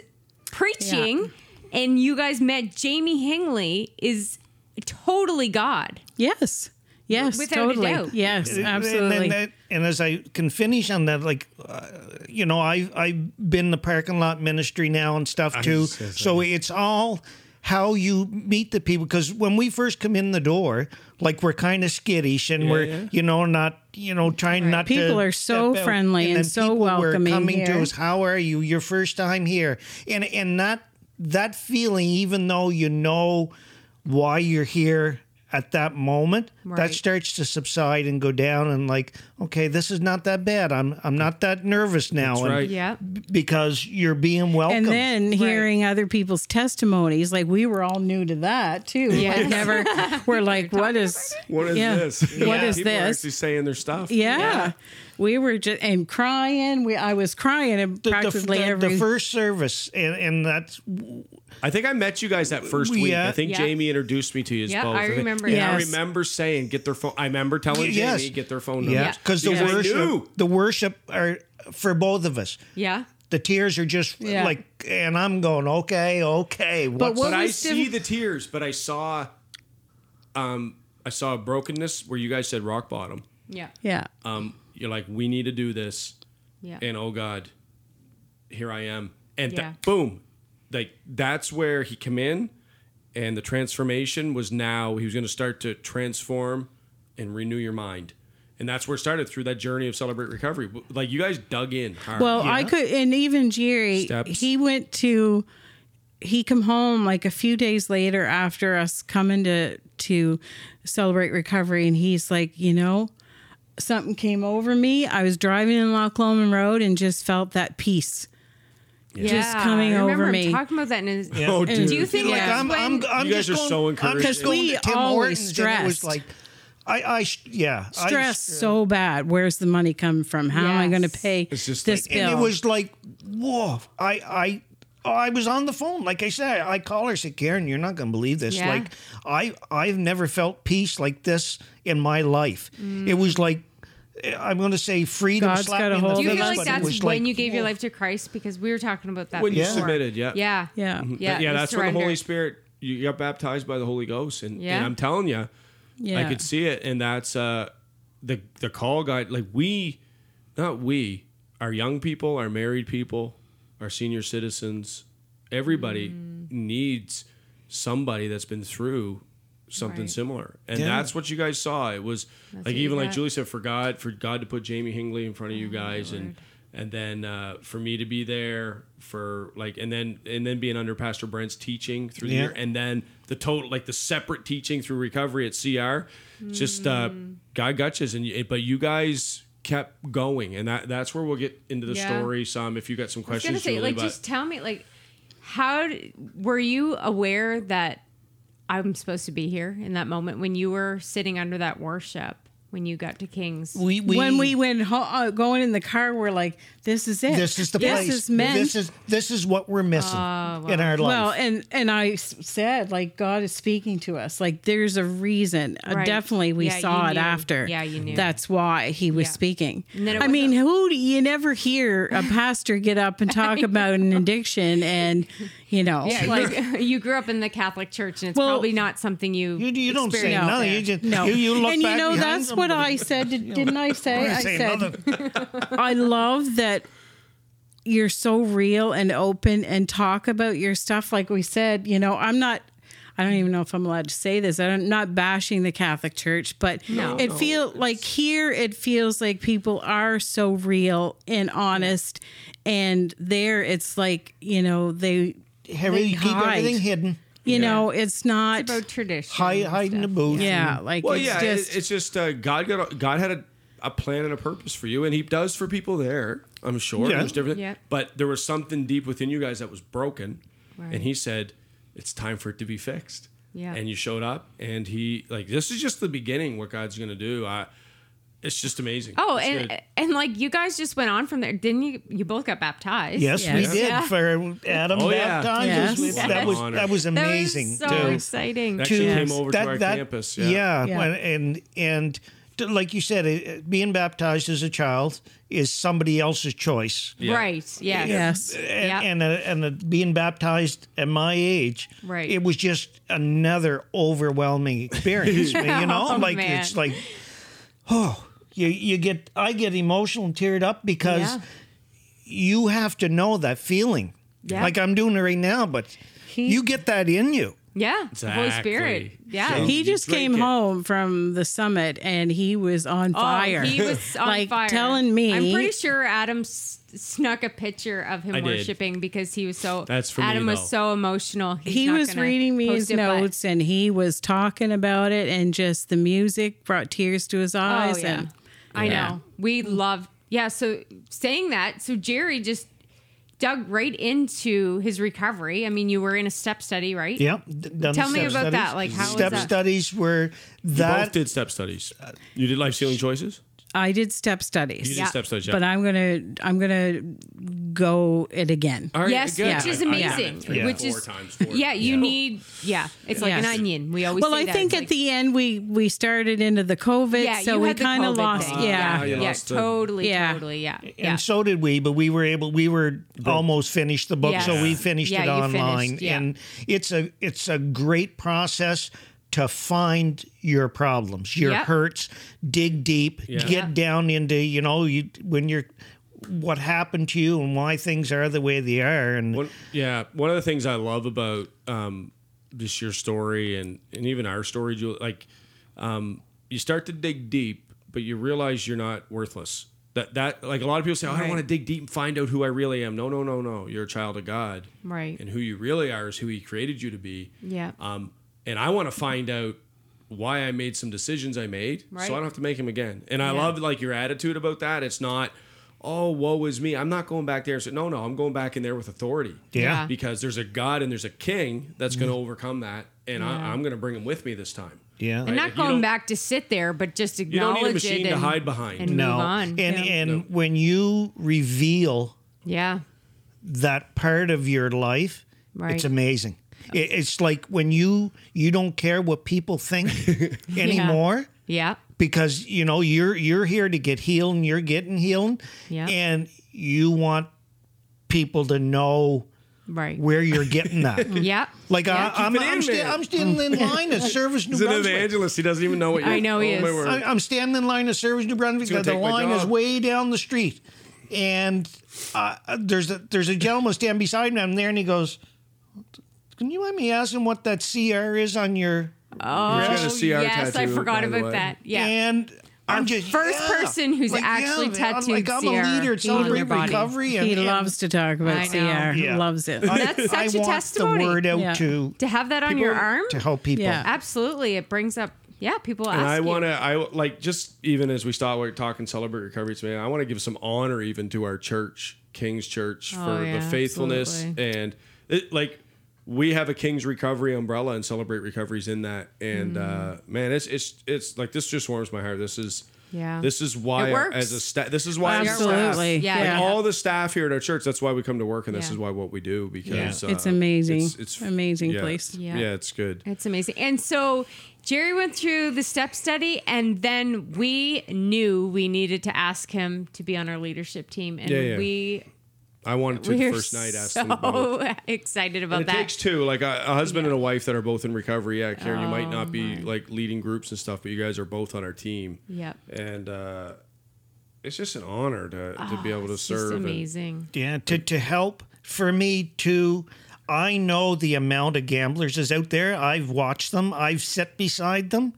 Speaker 1: preaching and you guys met Jamie Hingley is totally God.
Speaker 4: Yes. Yes,
Speaker 1: Without a
Speaker 4: totally.
Speaker 1: doubt.
Speaker 4: Yes,
Speaker 3: And- and-
Speaker 4: absolutely.
Speaker 3: And, that- and as I can finish on that, like, uh, you know, I've, I've been the parking lot ministry now and stuff too.
Speaker 5: said that.
Speaker 3: So it's all how you meet the people. Because when we first come in the door, like, we're kind of skittish and we're,
Speaker 2: yeah.
Speaker 3: you know, not, you know, trying not to.
Speaker 4: People are so
Speaker 3: step out.
Speaker 4: friendly and
Speaker 3: then
Speaker 4: so
Speaker 3: people were
Speaker 4: welcoming
Speaker 3: coming to
Speaker 4: here.
Speaker 3: us, how are you? Your first time here. And, and not that feeling, even though you know why you're here at that moment, that
Speaker 1: Right.
Speaker 3: starts to subside and go down and like okay this is not that bad i'm i'm not that nervous now and-
Speaker 2: right.
Speaker 1: Yeah.
Speaker 3: b- because you're being welcome
Speaker 4: and then hearing other people's testimonies, like we were all new to that too. Yeah,
Speaker 1: Yes.
Speaker 4: Like never, we're like, what is,
Speaker 2: What is
Speaker 4: yeah,
Speaker 2: this?
Speaker 4: What is
Speaker 2: People Are
Speaker 4: this?
Speaker 2: actually saying their stuff.
Speaker 4: yeah. we were just and crying. We I was crying and
Speaker 3: the, the,
Speaker 4: practically
Speaker 3: the-
Speaker 4: every
Speaker 3: the first service and, and that's
Speaker 2: I think I met you guys that first
Speaker 3: We,
Speaker 2: week.
Speaker 3: uh,
Speaker 2: I think
Speaker 1: Yeah.
Speaker 2: Jamie introduced me to you. as
Speaker 1: Yeah,
Speaker 2: both.
Speaker 1: I
Speaker 2: think-
Speaker 1: remember
Speaker 2: And I
Speaker 4: that.
Speaker 2: remember saying, "Get their phone." I remember telling
Speaker 3: Yes.
Speaker 2: Jamie, "Get their phone number."
Speaker 3: yeah because the
Speaker 2: Because I
Speaker 3: worship
Speaker 2: knew.
Speaker 3: the worship are for both of us
Speaker 1: Yeah.
Speaker 3: the tears are just
Speaker 4: Yeah.
Speaker 3: like and i'm going okay okay what's
Speaker 4: what
Speaker 2: But I
Speaker 4: was diff-
Speaker 2: see the tears. But I saw, um, I saw a brokenness where you guys said rock bottom.
Speaker 1: Yeah.
Speaker 4: yeah.
Speaker 2: Um, you're like, we need to do this,
Speaker 1: Yeah.
Speaker 2: and oh God, here I am, and
Speaker 1: Yeah.
Speaker 2: that boom, like that's where he came in, and the transformation was now he was going to start to transform and renew your mind. And that's where it started through that journey of celebrate recovery. Like you guys dug in hard.
Speaker 4: Well, I could, and even Jerry,
Speaker 2: Steps.
Speaker 4: he went to, he come home like a few days later after us coming to to celebrate recovery, and he's like, you know, something came over me. I was driving in Loch Lomond Road and just felt that peace. Just coming
Speaker 1: I remember
Speaker 4: over
Speaker 1: him
Speaker 4: me.
Speaker 1: talking about that. And his,
Speaker 2: oh, dude.
Speaker 1: do you think
Speaker 3: like
Speaker 1: that's
Speaker 3: I'm,
Speaker 1: when,
Speaker 3: I'm, I'm
Speaker 2: You guys
Speaker 3: just
Speaker 2: are
Speaker 3: going,
Speaker 2: so
Speaker 3: I'm
Speaker 2: encouraging.
Speaker 3: just going to
Speaker 4: Because we
Speaker 3: Tim
Speaker 4: always
Speaker 3: Hortons and it was
Speaker 4: stressed.
Speaker 3: like, I, I, sh- yeah, I
Speaker 4: Stress so bad. Where's the money coming from? How am I going to
Speaker 1: Yes.
Speaker 4: pay
Speaker 2: It's just
Speaker 4: this bill?
Speaker 3: and it was like, whoa! I, I, I was on the phone. Like I said, I call her, said Karen, you're not going to believe this.
Speaker 1: Yeah.
Speaker 3: Like I, I've never felt peace like this in my life. It was like, eh, I'm going to say freedom.
Speaker 4: God's
Speaker 3: slapped
Speaker 4: got a
Speaker 3: me in the
Speaker 4: hold
Speaker 1: do you
Speaker 4: of
Speaker 3: face,
Speaker 1: feel
Speaker 4: us.
Speaker 3: but it
Speaker 1: like that's
Speaker 3: was
Speaker 1: when
Speaker 3: like,
Speaker 1: you gave your
Speaker 3: whoa.
Speaker 1: life to Christ? Because we were talking about that
Speaker 2: when you
Speaker 1: before.
Speaker 2: submitted, yeah,
Speaker 1: Yeah.
Speaker 4: yeah.
Speaker 1: Yeah.
Speaker 2: But yeah,
Speaker 1: the
Speaker 2: that's where the Holy
Speaker 1: surrender.
Speaker 2: Spirit you got baptized by the Holy Ghost, and,
Speaker 1: Yeah.
Speaker 2: and I'm telling you, I
Speaker 4: Yeah.
Speaker 2: could see it, and that's uh, the the call guide. Like we, not we, our young people, our married people, our senior citizens, everybody
Speaker 1: Mm.
Speaker 2: needs somebody that's been through something
Speaker 1: Right.
Speaker 2: similar, and
Speaker 3: Yeah.
Speaker 2: that's what you guys saw. It was
Speaker 1: That's
Speaker 2: like
Speaker 1: what you
Speaker 2: even like
Speaker 1: got.
Speaker 2: Julie said, for God, for God to put Jamie Hingley in front of
Speaker 1: Oh,
Speaker 2: you guys, and and then uh, for me to be there for like, and then and then being under Pastor Brent's teaching through the
Speaker 3: Yeah.
Speaker 2: year, and then the total like the separate teaching through recovery at CR, It's just uh,
Speaker 1: Hmm.
Speaker 2: God gotchas, and you, but you guys kept going, and that that's where we'll get into the
Speaker 1: Yeah.
Speaker 2: story some if you got
Speaker 1: I
Speaker 2: some
Speaker 1: was gonna
Speaker 2: questions.
Speaker 1: say,
Speaker 2: Julie,
Speaker 1: like,
Speaker 2: but
Speaker 1: just tell me, like, how d- were you aware that I'm supposed to be here in that moment when you were sitting under that worship when you got to Kings?
Speaker 3: We, we,
Speaker 4: when we went ho- uh, going in the car, we're like, "This is it.
Speaker 3: this is the place.
Speaker 4: This is meant. Ah,
Speaker 3: This is this is what we're missing in our life.
Speaker 4: Well, and and I s- said like God is speaking to us. Like there's a reason. Uh,
Speaker 1: Right.
Speaker 4: Definitely, we
Speaker 1: Yeah,
Speaker 4: saw
Speaker 1: you
Speaker 4: it
Speaker 1: knew.
Speaker 4: after.
Speaker 1: Yeah, you knew.
Speaker 4: That's why He was
Speaker 1: Yeah.
Speaker 4: speaking.
Speaker 1: And then it
Speaker 4: I
Speaker 1: wasn't-
Speaker 4: mean, who do you never hear a pastor get up and talk about an addiction and you know,
Speaker 1: yeah, like you grew up in the Catholic Church, and it's
Speaker 4: Well,
Speaker 1: probably not something you
Speaker 3: you, you don't say
Speaker 1: experienced
Speaker 3: nothing.
Speaker 1: there.
Speaker 3: You just
Speaker 4: no,
Speaker 3: you, you look
Speaker 4: and you
Speaker 3: back
Speaker 4: know
Speaker 3: behind
Speaker 4: that's what
Speaker 3: somebody.
Speaker 4: I said. Didn't I say? I
Speaker 3: say
Speaker 4: said
Speaker 3: nothing.
Speaker 4: I love that you're so real and open and talk about your stuff. Like we said, you know, I'm not. I don't even know if I'm allowed to say this. I'm not bashing the Catholic Church, but
Speaker 1: No.
Speaker 4: it feel like here it feels like people are so real and honest, and there it's like you know they
Speaker 3: Harry,
Speaker 4: they
Speaker 3: you keep
Speaker 4: hide.
Speaker 3: everything hidden.
Speaker 4: You know, it's not.
Speaker 1: about tradition,
Speaker 3: Hide, hide in the booth.
Speaker 4: yeah, like
Speaker 2: Well,
Speaker 4: it's
Speaker 2: yeah, it-
Speaker 4: just
Speaker 2: it's just uh, God got a, God had a, a plan and a purpose for you, and He does for people there. I'm sure
Speaker 3: Yeah.
Speaker 2: there's different,
Speaker 1: Yeah.
Speaker 2: but there was something deep within you guys that was broken,
Speaker 1: Right.
Speaker 2: and He said, "It's time for it to be fixed."
Speaker 1: Yeah.
Speaker 2: and you showed up, and He like this is just the beginning. What God's gonna do, I, it's just amazing.
Speaker 1: Oh,
Speaker 2: It's
Speaker 1: and
Speaker 2: good.
Speaker 1: and like you guys just went on from there, didn't you? You both got baptized.
Speaker 3: Yes, we
Speaker 4: Yes.
Speaker 3: did
Speaker 1: Yeah.
Speaker 3: for Adam
Speaker 2: Oh, yeah.
Speaker 3: baptized.
Speaker 4: Yes.
Speaker 3: us.
Speaker 2: What
Speaker 3: That
Speaker 2: an
Speaker 3: was
Speaker 2: honor.
Speaker 3: that was
Speaker 1: that
Speaker 3: amazing.
Speaker 1: was so
Speaker 3: to-
Speaker 1: exciting.
Speaker 2: That actually
Speaker 4: to-
Speaker 2: came over
Speaker 3: that-
Speaker 2: to our
Speaker 3: that-
Speaker 2: campus.
Speaker 3: Yeah,
Speaker 4: Yeah.
Speaker 3: when- and and like you said, uh, being baptized as a child is somebody else's choice.
Speaker 2: Yeah.
Speaker 1: Right. Yes.
Speaker 4: Yes.
Speaker 3: and
Speaker 1: Yep.
Speaker 3: and, uh, and uh, being baptized at my age,
Speaker 1: Right.
Speaker 3: It was just another overwhelming experience. man, you know,
Speaker 1: Oh,
Speaker 3: like
Speaker 1: man.
Speaker 3: it's like, oh, you you get I get emotional and teared up because
Speaker 1: Yeah.
Speaker 3: you have to know that feeling,
Speaker 1: Yeah.
Speaker 3: like I'm doing it right now, but
Speaker 4: He-
Speaker 3: you get that in you.
Speaker 1: Yeah. The Holy
Speaker 5: Exactly.
Speaker 1: Spirit. Yeah.
Speaker 2: So-
Speaker 4: He
Speaker 2: You
Speaker 4: just
Speaker 2: drink
Speaker 4: came
Speaker 2: it.
Speaker 4: home from the summit and he was on fire.
Speaker 1: Oh, he was on
Speaker 4: like,
Speaker 1: fire.
Speaker 4: telling me.
Speaker 1: I'm pretty sure Adam s- snuck a picture of him
Speaker 5: I did.
Speaker 1: worshiping because he was so.
Speaker 5: That's for me,
Speaker 1: Adam
Speaker 5: though.
Speaker 1: was so emotional. He's
Speaker 4: He
Speaker 1: not
Speaker 4: was
Speaker 1: gonna
Speaker 4: reading me
Speaker 1: post
Speaker 4: his
Speaker 1: it, but-
Speaker 4: notes and he was talking about it and just the music brought tears to his eyes.
Speaker 1: Oh yeah.
Speaker 4: And
Speaker 1: I
Speaker 5: Yeah.
Speaker 1: know. We love. Yeah. So saying that, so Jerry just dug right into his recovery. I mean, you were in a step study, right?
Speaker 3: Yeah, d- done the
Speaker 1: Tell me
Speaker 3: step
Speaker 1: about that,
Speaker 3: studies.
Speaker 1: like, how was
Speaker 3: step
Speaker 1: that?
Speaker 3: studies were
Speaker 2: You
Speaker 3: that
Speaker 2: both did step studies. You did life ceiling choices.
Speaker 4: I did step
Speaker 5: You
Speaker 4: studies.
Speaker 5: did
Speaker 1: Yeah.
Speaker 5: step studies, yeah.
Speaker 4: But I'm gonna I'm gonna go it again.
Speaker 5: All right,
Speaker 1: Yes,
Speaker 5: good.
Speaker 1: which
Speaker 5: I-
Speaker 1: is
Speaker 5: I got
Speaker 1: amazing.
Speaker 5: it three,
Speaker 1: Which
Speaker 5: four
Speaker 1: is
Speaker 5: times four.
Speaker 1: Yeah, you need. Yeah, it's like an
Speaker 4: Yes.
Speaker 1: onion. We always.
Speaker 4: Well,
Speaker 1: say
Speaker 4: I
Speaker 1: that.
Speaker 4: think
Speaker 1: It's
Speaker 4: at
Speaker 1: like-
Speaker 4: the end we we started into the COVID,
Speaker 1: yeah,
Speaker 4: so
Speaker 1: you
Speaker 4: we
Speaker 1: had the
Speaker 4: kind of
Speaker 1: COVID
Speaker 4: lost.
Speaker 1: thing.
Speaker 4: Yeah,
Speaker 1: yeah,
Speaker 2: you
Speaker 1: yeah,
Speaker 2: lost the-
Speaker 1: totally,
Speaker 4: Yeah.
Speaker 1: totally, yeah,
Speaker 3: and
Speaker 1: yeah.
Speaker 3: so did we but we were able we were almost finished the book so
Speaker 1: Yes.
Speaker 3: we finished
Speaker 1: Yeah,
Speaker 3: it
Speaker 1: you finished,
Speaker 3: online
Speaker 1: yeah.
Speaker 3: and it's a it's a great process to find your problems your
Speaker 1: Yep.
Speaker 3: hurts dig deep get
Speaker 1: Yeah.
Speaker 3: down into you know you when you're what happened to you and why things are the way they are and
Speaker 2: One, yeah, one of the things I love about um, just your story and and even our story, Julie, like um, you start to dig deep, but you realize you're not worthless. That that like a lot of people say, oh, I don't
Speaker 1: Right.
Speaker 2: want to dig deep and find out who I really am. No, no, no, no. You're a child of God,
Speaker 1: Right.
Speaker 2: And who you really are is who He created you to be.
Speaker 1: Yeah.
Speaker 2: Um, and I want to find out why I made some decisions I made,
Speaker 1: Right.
Speaker 2: so I don't have to make them again. And I love like your attitude about that. It's not, oh, woe is me. I'm not going back there. and say no, no, I'm going back in there with authority.
Speaker 3: yeah,
Speaker 1: Yeah.
Speaker 2: Because there's a God and there's a King that's going to overcome that, and I, I'm going to bring him with me this time.
Speaker 3: yeah.
Speaker 1: and
Speaker 2: Like,
Speaker 1: not
Speaker 2: you don't-
Speaker 1: going back to sit there, but just
Speaker 2: You don't
Speaker 1: acknowledge
Speaker 2: need a machine
Speaker 1: it
Speaker 2: to
Speaker 1: and,
Speaker 2: hide behind.
Speaker 1: and
Speaker 3: no
Speaker 1: move on.
Speaker 3: and
Speaker 1: yeah.
Speaker 3: and when you reveal
Speaker 1: yeah,
Speaker 3: that part of your life
Speaker 1: Right.
Speaker 3: it's amazing it, it's like when you you don't care what people think anymore
Speaker 1: yeah,
Speaker 3: because you know you're you're here to get healed and you're getting healed
Speaker 1: Yeah.
Speaker 3: and you want people to know
Speaker 1: right.
Speaker 3: where you're getting that
Speaker 1: yeah,
Speaker 3: like
Speaker 1: Yeah,
Speaker 3: I, i'm
Speaker 2: keep it in,
Speaker 3: I'm, sta-
Speaker 2: man.
Speaker 3: I'm standing in line at service new brunswick
Speaker 2: He doesn't even know what Oh
Speaker 1: I know he is.
Speaker 3: I- i'm standing in line at service new brunswick
Speaker 2: gonna
Speaker 3: the
Speaker 2: take my
Speaker 3: line is
Speaker 2: job.
Speaker 3: way down the street and uh, there's a there's a gentleman standing beside me i'm there and he goes can you mind me asking what that cr is on your
Speaker 1: Oh,
Speaker 2: He's got a CR
Speaker 1: yes, I
Speaker 2: tattoo,
Speaker 1: forgot
Speaker 2: by the
Speaker 1: about
Speaker 2: way.
Speaker 1: that. Yeah,
Speaker 3: And I'm just
Speaker 1: first
Speaker 3: yeah.
Speaker 1: person who's actually
Speaker 3: man, I'm-
Speaker 1: tattooed
Speaker 3: Like I'm
Speaker 1: CR
Speaker 3: a leader at
Speaker 1: on their
Speaker 3: Celebrate
Speaker 1: body.
Speaker 3: Recovery, and
Speaker 4: he
Speaker 3: and
Speaker 4: loves to talk
Speaker 1: I
Speaker 4: about CR.
Speaker 1: know.
Speaker 3: Yeah.
Speaker 4: Loves it.
Speaker 3: I-
Speaker 1: That's
Speaker 3: I
Speaker 1: such a
Speaker 3: want
Speaker 1: testimony.
Speaker 3: The word out
Speaker 4: Yeah.
Speaker 3: to
Speaker 1: to have that on
Speaker 3: people-
Speaker 1: your arm,
Speaker 3: to help people.
Speaker 4: Yeah.
Speaker 1: absolutely, it brings up. Yeah, people ask.
Speaker 2: And I
Speaker 1: you.
Speaker 2: want to, I like just even as we start we're talking celebrate recovery, it's, man. I want to give some honor even to our church, King's Church, for
Speaker 1: Oh, yeah,
Speaker 2: the faithfulness
Speaker 1: absolutely.
Speaker 2: and it, like we have a King's Recovery umbrella and celebrate recoveries in that.
Speaker 1: Mm.
Speaker 2: And uh, man, it's it's it's like this just warms my heart. This is
Speaker 1: Yeah.
Speaker 2: This is why
Speaker 1: It works.
Speaker 2: as a staff, this is why
Speaker 4: Absolutely.
Speaker 2: I'm staff.
Speaker 1: Yeah.
Speaker 2: Like,
Speaker 1: Yeah.
Speaker 2: all the staff here at our church. That's why we come to work, and this
Speaker 1: Yeah.
Speaker 2: is why what we do because
Speaker 3: Yeah.
Speaker 2: uh,
Speaker 4: It's amazing.
Speaker 2: It's,
Speaker 4: Amazing
Speaker 2: yeah.
Speaker 4: place.
Speaker 2: Yeah.
Speaker 1: Yeah.
Speaker 2: it's good.
Speaker 1: It's amazing. And so Jerry went through the step study, and then we knew we needed to ask him to be on our leadership team. And
Speaker 2: Yeah, yeah.
Speaker 1: we
Speaker 2: I wanted to the
Speaker 1: we're
Speaker 2: first night ask them about it.
Speaker 1: so excited about
Speaker 2: And it
Speaker 1: that.
Speaker 2: takes two, like a, a husband and a wife that are both in recovery. Yeah, Karen, you might not be like leading groups and stuff, but you guys are both on our team.
Speaker 1: Oh, Yep.
Speaker 2: And uh, it's just an honor to, to be able to
Speaker 1: Ah, It's just
Speaker 2: serve. and-
Speaker 1: amazing.
Speaker 3: Yeah, to to help for me to. I know the amount of gamblers is out there. I've watched them. I've sat beside them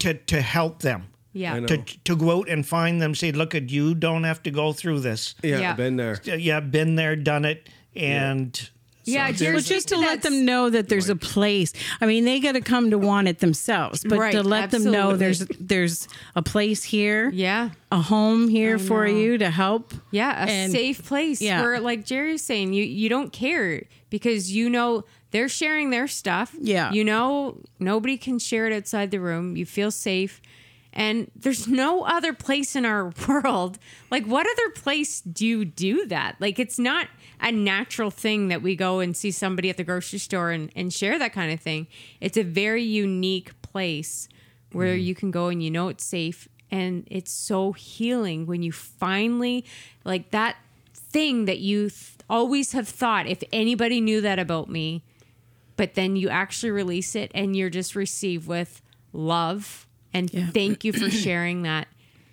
Speaker 3: to to help them.
Speaker 1: Yeah.
Speaker 2: I know.
Speaker 3: To to go out and find them. Say, look at you. Don't have to go through this.
Speaker 2: yeah,
Speaker 1: Yeah.
Speaker 2: I've been there.
Speaker 3: Yeah, been there, done it, and.
Speaker 1: Yeah, Jerry.
Speaker 4: Well, just to let them know that there's a place. I mean, they got to come to want it themselves, but
Speaker 1: Right,
Speaker 4: to let them know
Speaker 1: absolutely.
Speaker 4: there's there's a place here,
Speaker 1: Yeah.
Speaker 4: a home here for
Speaker 1: know.
Speaker 4: you to help.
Speaker 1: Yeah, a
Speaker 4: And-
Speaker 1: safe place
Speaker 4: yeah.
Speaker 1: where, like Jerry's saying, you you don't care because you know they're sharing their stuff.
Speaker 4: Yeah.
Speaker 1: you know nobody can share it outside the room. You feel safe, and there's no other place in our world. Like, what other place do you do that? Like, it's not a natural thing that we go and see somebody at the grocery store and and share that kind of thing. It's a very unique place where you can go and you know it's safe and it's so healing when you finally like that thing that you th- always have thought if anybody knew that about me but then you actually release it and you're just received with love and
Speaker 4: Yeah.
Speaker 1: thank you for sharing that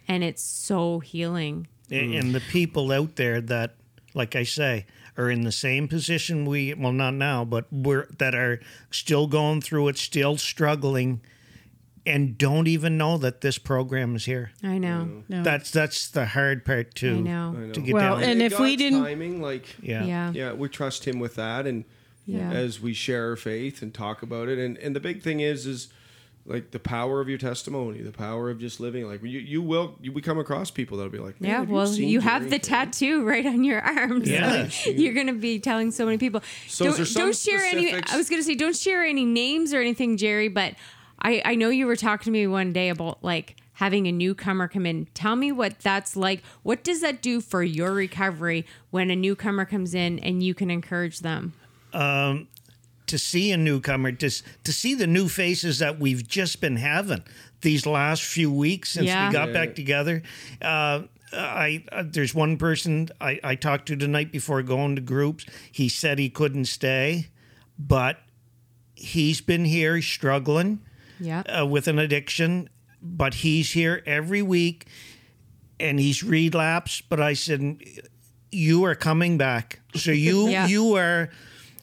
Speaker 1: and it's so healing
Speaker 3: and, and the people out there that like i say are in the same position we well not now but we're that are still going through it still struggling and don't even know that this program is here
Speaker 1: i know
Speaker 4: No.
Speaker 3: that's that's the hard part too
Speaker 1: I know. I
Speaker 3: to
Speaker 2: know.
Speaker 3: get
Speaker 4: Well,
Speaker 3: down
Speaker 4: and if we
Speaker 2: God's
Speaker 4: didn't-
Speaker 2: timing, like
Speaker 3: yeah
Speaker 1: yeah
Speaker 2: yeah we trust him with that and
Speaker 1: Yeah.
Speaker 2: as we share our faith and talk about it and and the big thing is is like the power of your testimony the power of just living like you you will you, we come across people that'll be like "Man,
Speaker 1: Yeah,
Speaker 2: have
Speaker 1: well,
Speaker 2: seen
Speaker 1: you have the
Speaker 2: Jerry?"
Speaker 1: tattoo right on your arm. so
Speaker 3: Yeah.
Speaker 1: you're going to be telling so many people.
Speaker 2: So is
Speaker 1: don't,
Speaker 2: there some
Speaker 1: don't share any.
Speaker 2: specifics-
Speaker 1: I was going to say, don't share any names or anything, Jerry. But I, I know you were talking to me one day about like having a newcomer come in. Tell me what that's like. What does that do for your recovery when a newcomer comes in and you can encourage them?
Speaker 3: to see a newcomer, to, s- to see the new faces that we've just been having these last few weeks since
Speaker 1: Yeah.
Speaker 3: we got
Speaker 2: Yeah.
Speaker 3: back together. Uh, I uh, there's one person I, I talked to the night before going to groups. He said he couldn't stay, but he's been here struggling
Speaker 1: Yeah,
Speaker 3: uh, with an addiction, but he's here every week and he's relapsed. But I said, You are coming back. So you
Speaker 1: Yeah.
Speaker 3: you are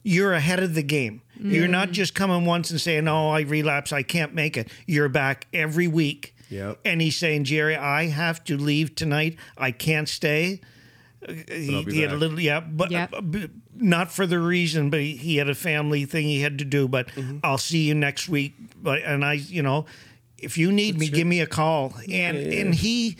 Speaker 3: you're ahead of the game. You're not just coming once and saying, Oh, I relapse, I can't make it. You're back every week.
Speaker 2: Yep.
Speaker 3: And he's saying, Jerry, I have to leave tonight. I can't stay. He,
Speaker 2: be
Speaker 3: he had a
Speaker 2: back.
Speaker 3: little, yeah, but uh,
Speaker 1: Yep.
Speaker 3: b- not for the reason, but he, he had a family thing he had to do. But I'll see you next week. But and I, you know, if you need me, give me a call. And and he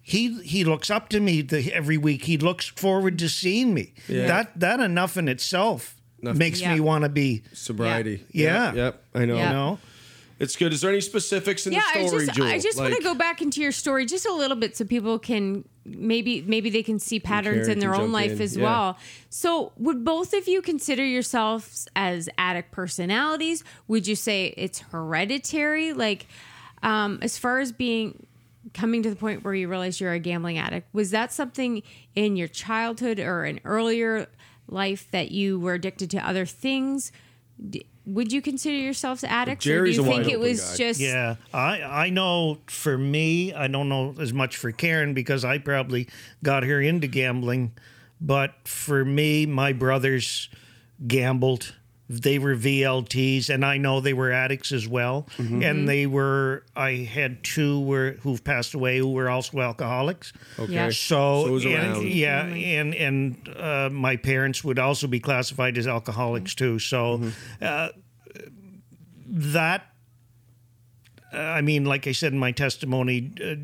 Speaker 3: he he looks up to me the, every week. He looks forward to seeing me. That that enough in itself
Speaker 2: Enough.
Speaker 3: makes
Speaker 1: Yeah.
Speaker 3: me want to be.
Speaker 2: sobriety
Speaker 3: Yeah.
Speaker 2: yep, yep, i know
Speaker 1: Yeah.
Speaker 3: You know,
Speaker 2: it's good is there any specifics in
Speaker 1: yeah.
Speaker 2: the
Speaker 1: I
Speaker 2: story
Speaker 1: just
Speaker 2: Jewel?
Speaker 1: I just want
Speaker 2: Like-
Speaker 1: to go back into your story just a little bit so people can maybe maybe they can see patterns
Speaker 2: Karen
Speaker 1: in their
Speaker 2: can
Speaker 1: own
Speaker 2: jump
Speaker 1: life
Speaker 2: in,
Speaker 1: as
Speaker 2: yeah.
Speaker 1: well. So, would both of you consider yourselves as addict personalities? Would you say it's hereditary? Like, um, as far as being coming to the point where you realize you're a gambling addict, was that something in your childhood or an earlier life that you were addicted to other things? D- would you consider yourselves addicts,
Speaker 2: Jerry's
Speaker 1: or
Speaker 2: a
Speaker 1: do you think
Speaker 2: wide
Speaker 1: it
Speaker 2: open
Speaker 1: was
Speaker 2: guy.
Speaker 1: just
Speaker 3: yeah. I I know for me, I don't know as much for Karen because I probably got her into gambling, but for me, my brothers gambled. They were VLTs, and I know they were addicts as well.
Speaker 2: Mm-hmm.
Speaker 3: And they were. I had two were who've passed away who were also alcoholics.
Speaker 2: okay
Speaker 1: Yeah.
Speaker 3: So,
Speaker 2: So it was around.
Speaker 3: and, yeah, and and uh, my parents would also be classified as alcoholics too. So
Speaker 2: Mm-hmm.
Speaker 3: uh, that, uh, I mean, like I said in my testimony, uh,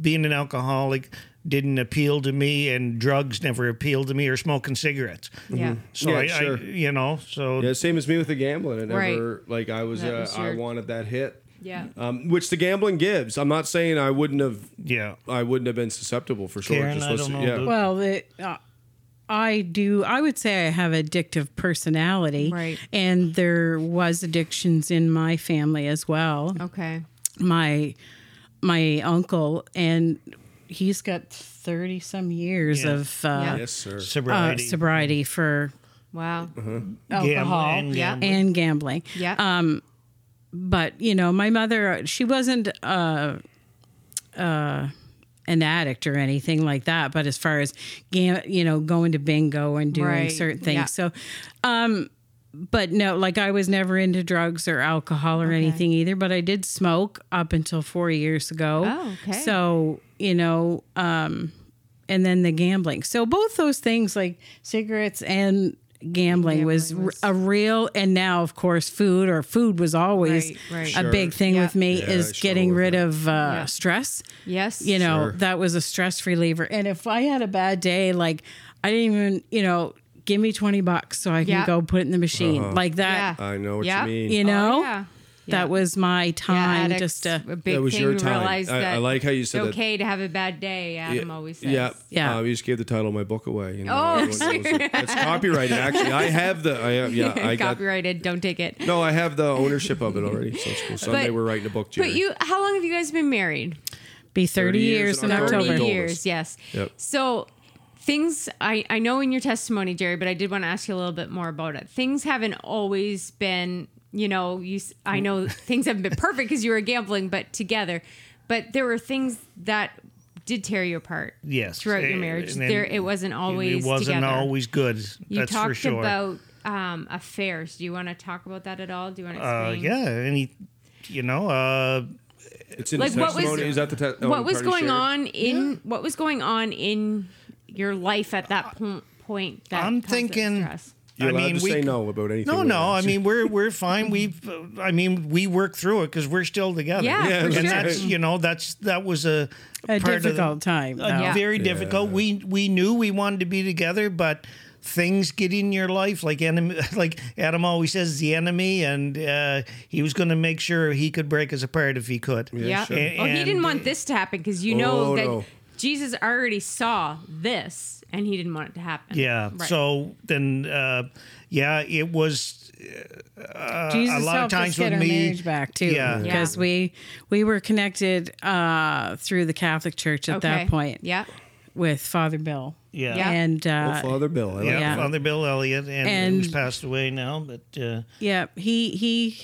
Speaker 3: being an alcoholic didn't appeal to me, and drugs never appealed to me, or smoking cigarettes. Mm-hmm.
Speaker 1: Yeah.
Speaker 3: So
Speaker 2: Yeah,
Speaker 3: I,
Speaker 2: sure.
Speaker 3: I, you know, so
Speaker 2: yeah same as me with the gambling and
Speaker 1: Right.
Speaker 2: never like i was,
Speaker 1: That
Speaker 2: uh,
Speaker 1: was
Speaker 2: i
Speaker 1: your-
Speaker 2: wanted that hit
Speaker 1: Yeah.
Speaker 2: um, which the gambling gives i'm not saying i wouldn't have
Speaker 3: yeah.
Speaker 2: I wouldn't have been susceptible for sure.
Speaker 3: Karen, I don't
Speaker 2: wasn't-
Speaker 3: know,
Speaker 2: yeah.
Speaker 3: dude.
Speaker 4: Well, the, uh, I do. I would say I have addictive personality,
Speaker 1: Right.
Speaker 4: And there was addictions in my family as well.
Speaker 1: Okay.
Speaker 4: My my uncle and he's got thirty some years
Speaker 3: Yeah.
Speaker 4: of uh,
Speaker 1: Yeah.
Speaker 2: Yes, sir.
Speaker 4: uh,
Speaker 3: Sobriety,
Speaker 4: sobriety for
Speaker 1: Wow.
Speaker 2: Uh-huh.
Speaker 3: gambling,
Speaker 4: alcohol
Speaker 1: Yeah.
Speaker 3: gambling.
Speaker 4: and gambling.
Speaker 1: Yeah.
Speaker 4: Um, but you know my mother she wasn't uh uh an addict or anything like that but as far as gam- you know going to bingo and doing
Speaker 1: Right.
Speaker 4: certain
Speaker 1: Yeah.
Speaker 4: things so um but no like i was never into drugs or alcohol or anything either but i did smoke up until 4 years ago
Speaker 1: Oh, okay.
Speaker 4: so you know um and then the gambling so both those things like cigarettes and gambling, was,
Speaker 1: Gambling was-
Speaker 4: r- a real and now of course food or food was always
Speaker 1: Right, right.
Speaker 4: a big thing
Speaker 1: Yeah.
Speaker 4: with me
Speaker 2: Yeah, I
Speaker 4: is
Speaker 2: struggle
Speaker 4: getting
Speaker 2: with
Speaker 4: rid
Speaker 2: that.
Speaker 4: of uh,
Speaker 1: Yeah.
Speaker 4: stress
Speaker 1: yes.
Speaker 4: you know that was a stress reliever and if i had a bad day like i didn't even you know give me 20 bucks so i can
Speaker 1: Yeah.
Speaker 3: Uh-huh.
Speaker 4: go put it in the machine like that
Speaker 1: Yeah.
Speaker 2: I know what
Speaker 1: Yeah. Oh,
Speaker 2: you mean.
Speaker 4: you know
Speaker 1: yeah. Yeah.
Speaker 4: That was my time.
Speaker 1: addicts,
Speaker 4: just to
Speaker 1: a big
Speaker 2: That was
Speaker 1: thing
Speaker 2: your
Speaker 1: to
Speaker 2: time.
Speaker 1: realize
Speaker 2: I-
Speaker 1: that
Speaker 2: I like how you said that.
Speaker 1: it's okay to have a bad day. Adam always says.
Speaker 2: Yeah,
Speaker 4: Yeah.
Speaker 2: Uh, you just gave the title of my book away. You know,
Speaker 1: Oh,
Speaker 2: It was- it was- it's copyrighted. Actually, I have the. I have, yeah, I got.
Speaker 1: Copyrighted. Don't take it.
Speaker 2: No, I have the ownership of it already. So it's cool. Someday
Speaker 1: But-
Speaker 2: we're writing a book. Jerry.
Speaker 1: But you, how long have you guys been married?
Speaker 4: be 30
Speaker 2: years
Speaker 4: years
Speaker 2: in
Speaker 4: in
Speaker 2: October.
Speaker 4: October.
Speaker 1: 30
Speaker 2: Told us.
Speaker 1: years, yes.
Speaker 2: Yep.
Speaker 1: So things I, I know in your testimony, Jerry, but I did want to ask you a little bit more about it. Things haven't always been, you know, you s- I know things haven't been perfect because you were gambling, but together. But there were things that did tear you apart.
Speaker 3: Yes,
Speaker 1: Throughout your
Speaker 3: and-
Speaker 1: marriage,
Speaker 3: and
Speaker 1: there it wasn't always.
Speaker 3: It wasn't
Speaker 1: together.
Speaker 3: always good.
Speaker 1: You
Speaker 3: that's
Speaker 1: talked
Speaker 3: for sure.
Speaker 1: about um, affairs. Do you want to talk about that at all? Do you want to
Speaker 3: uh,
Speaker 1: explain?
Speaker 3: yeah, and he, you know, uh,
Speaker 2: it's in
Speaker 1: Like
Speaker 2: the
Speaker 1: what was
Speaker 2: testimony. Is that the te- oh,
Speaker 1: what was
Speaker 2: party
Speaker 1: going on
Speaker 2: shared?
Speaker 1: in what was going on in your life at that po- point? That
Speaker 3: I'm
Speaker 1: caused that
Speaker 3: thinking-
Speaker 1: stress?
Speaker 2: You're
Speaker 3: I
Speaker 2: allowed
Speaker 3: mean,
Speaker 2: to
Speaker 3: we
Speaker 2: say
Speaker 3: c-
Speaker 2: no about anything.
Speaker 3: No,
Speaker 2: we
Speaker 3: no. I
Speaker 2: want.
Speaker 3: mean, we're we're fine. We've, uh, I mean, we work through it because we're still together.
Speaker 1: Yeah, Yeah, for
Speaker 3: and
Speaker 1: sure.
Speaker 3: that's you know that's that was a, part
Speaker 4: A
Speaker 3: of the- Uh,
Speaker 4: difficult time.
Speaker 3: a
Speaker 4: though.
Speaker 1: Yeah.
Speaker 3: very difficult. We we knew we wanted to be together, but things get in your life like enemy like adam always says the enemy and uh, he was going to make sure he could break us apart if he could
Speaker 1: Yeah.
Speaker 2: sure.
Speaker 1: Well, he didn't
Speaker 3: And-
Speaker 1: want this to happen because you
Speaker 2: Oh,
Speaker 1: know that
Speaker 2: no.
Speaker 1: Jesus already saw this and he didn't want it to happen.
Speaker 3: yeah
Speaker 1: Right.
Speaker 3: so then uh, yeah it was
Speaker 4: Jesus
Speaker 3: a lot of
Speaker 4: helped
Speaker 3: times
Speaker 4: us get
Speaker 3: with
Speaker 4: our
Speaker 3: me-
Speaker 4: marriage back too,
Speaker 3: Yeah.
Speaker 1: Yeah.
Speaker 4: because we we were connected uh, through the Catholic Church at that
Speaker 1: Okay.
Speaker 4: point
Speaker 1: Yeah.
Speaker 4: with Father Bill.
Speaker 3: yeah
Speaker 1: Yeah.
Speaker 4: and uh,
Speaker 2: Oh, Father Bill. I like
Speaker 3: yeah,
Speaker 4: Yeah.
Speaker 3: father bill elliott and,
Speaker 4: And-
Speaker 3: who's passed away now but uh,
Speaker 4: yeah, he he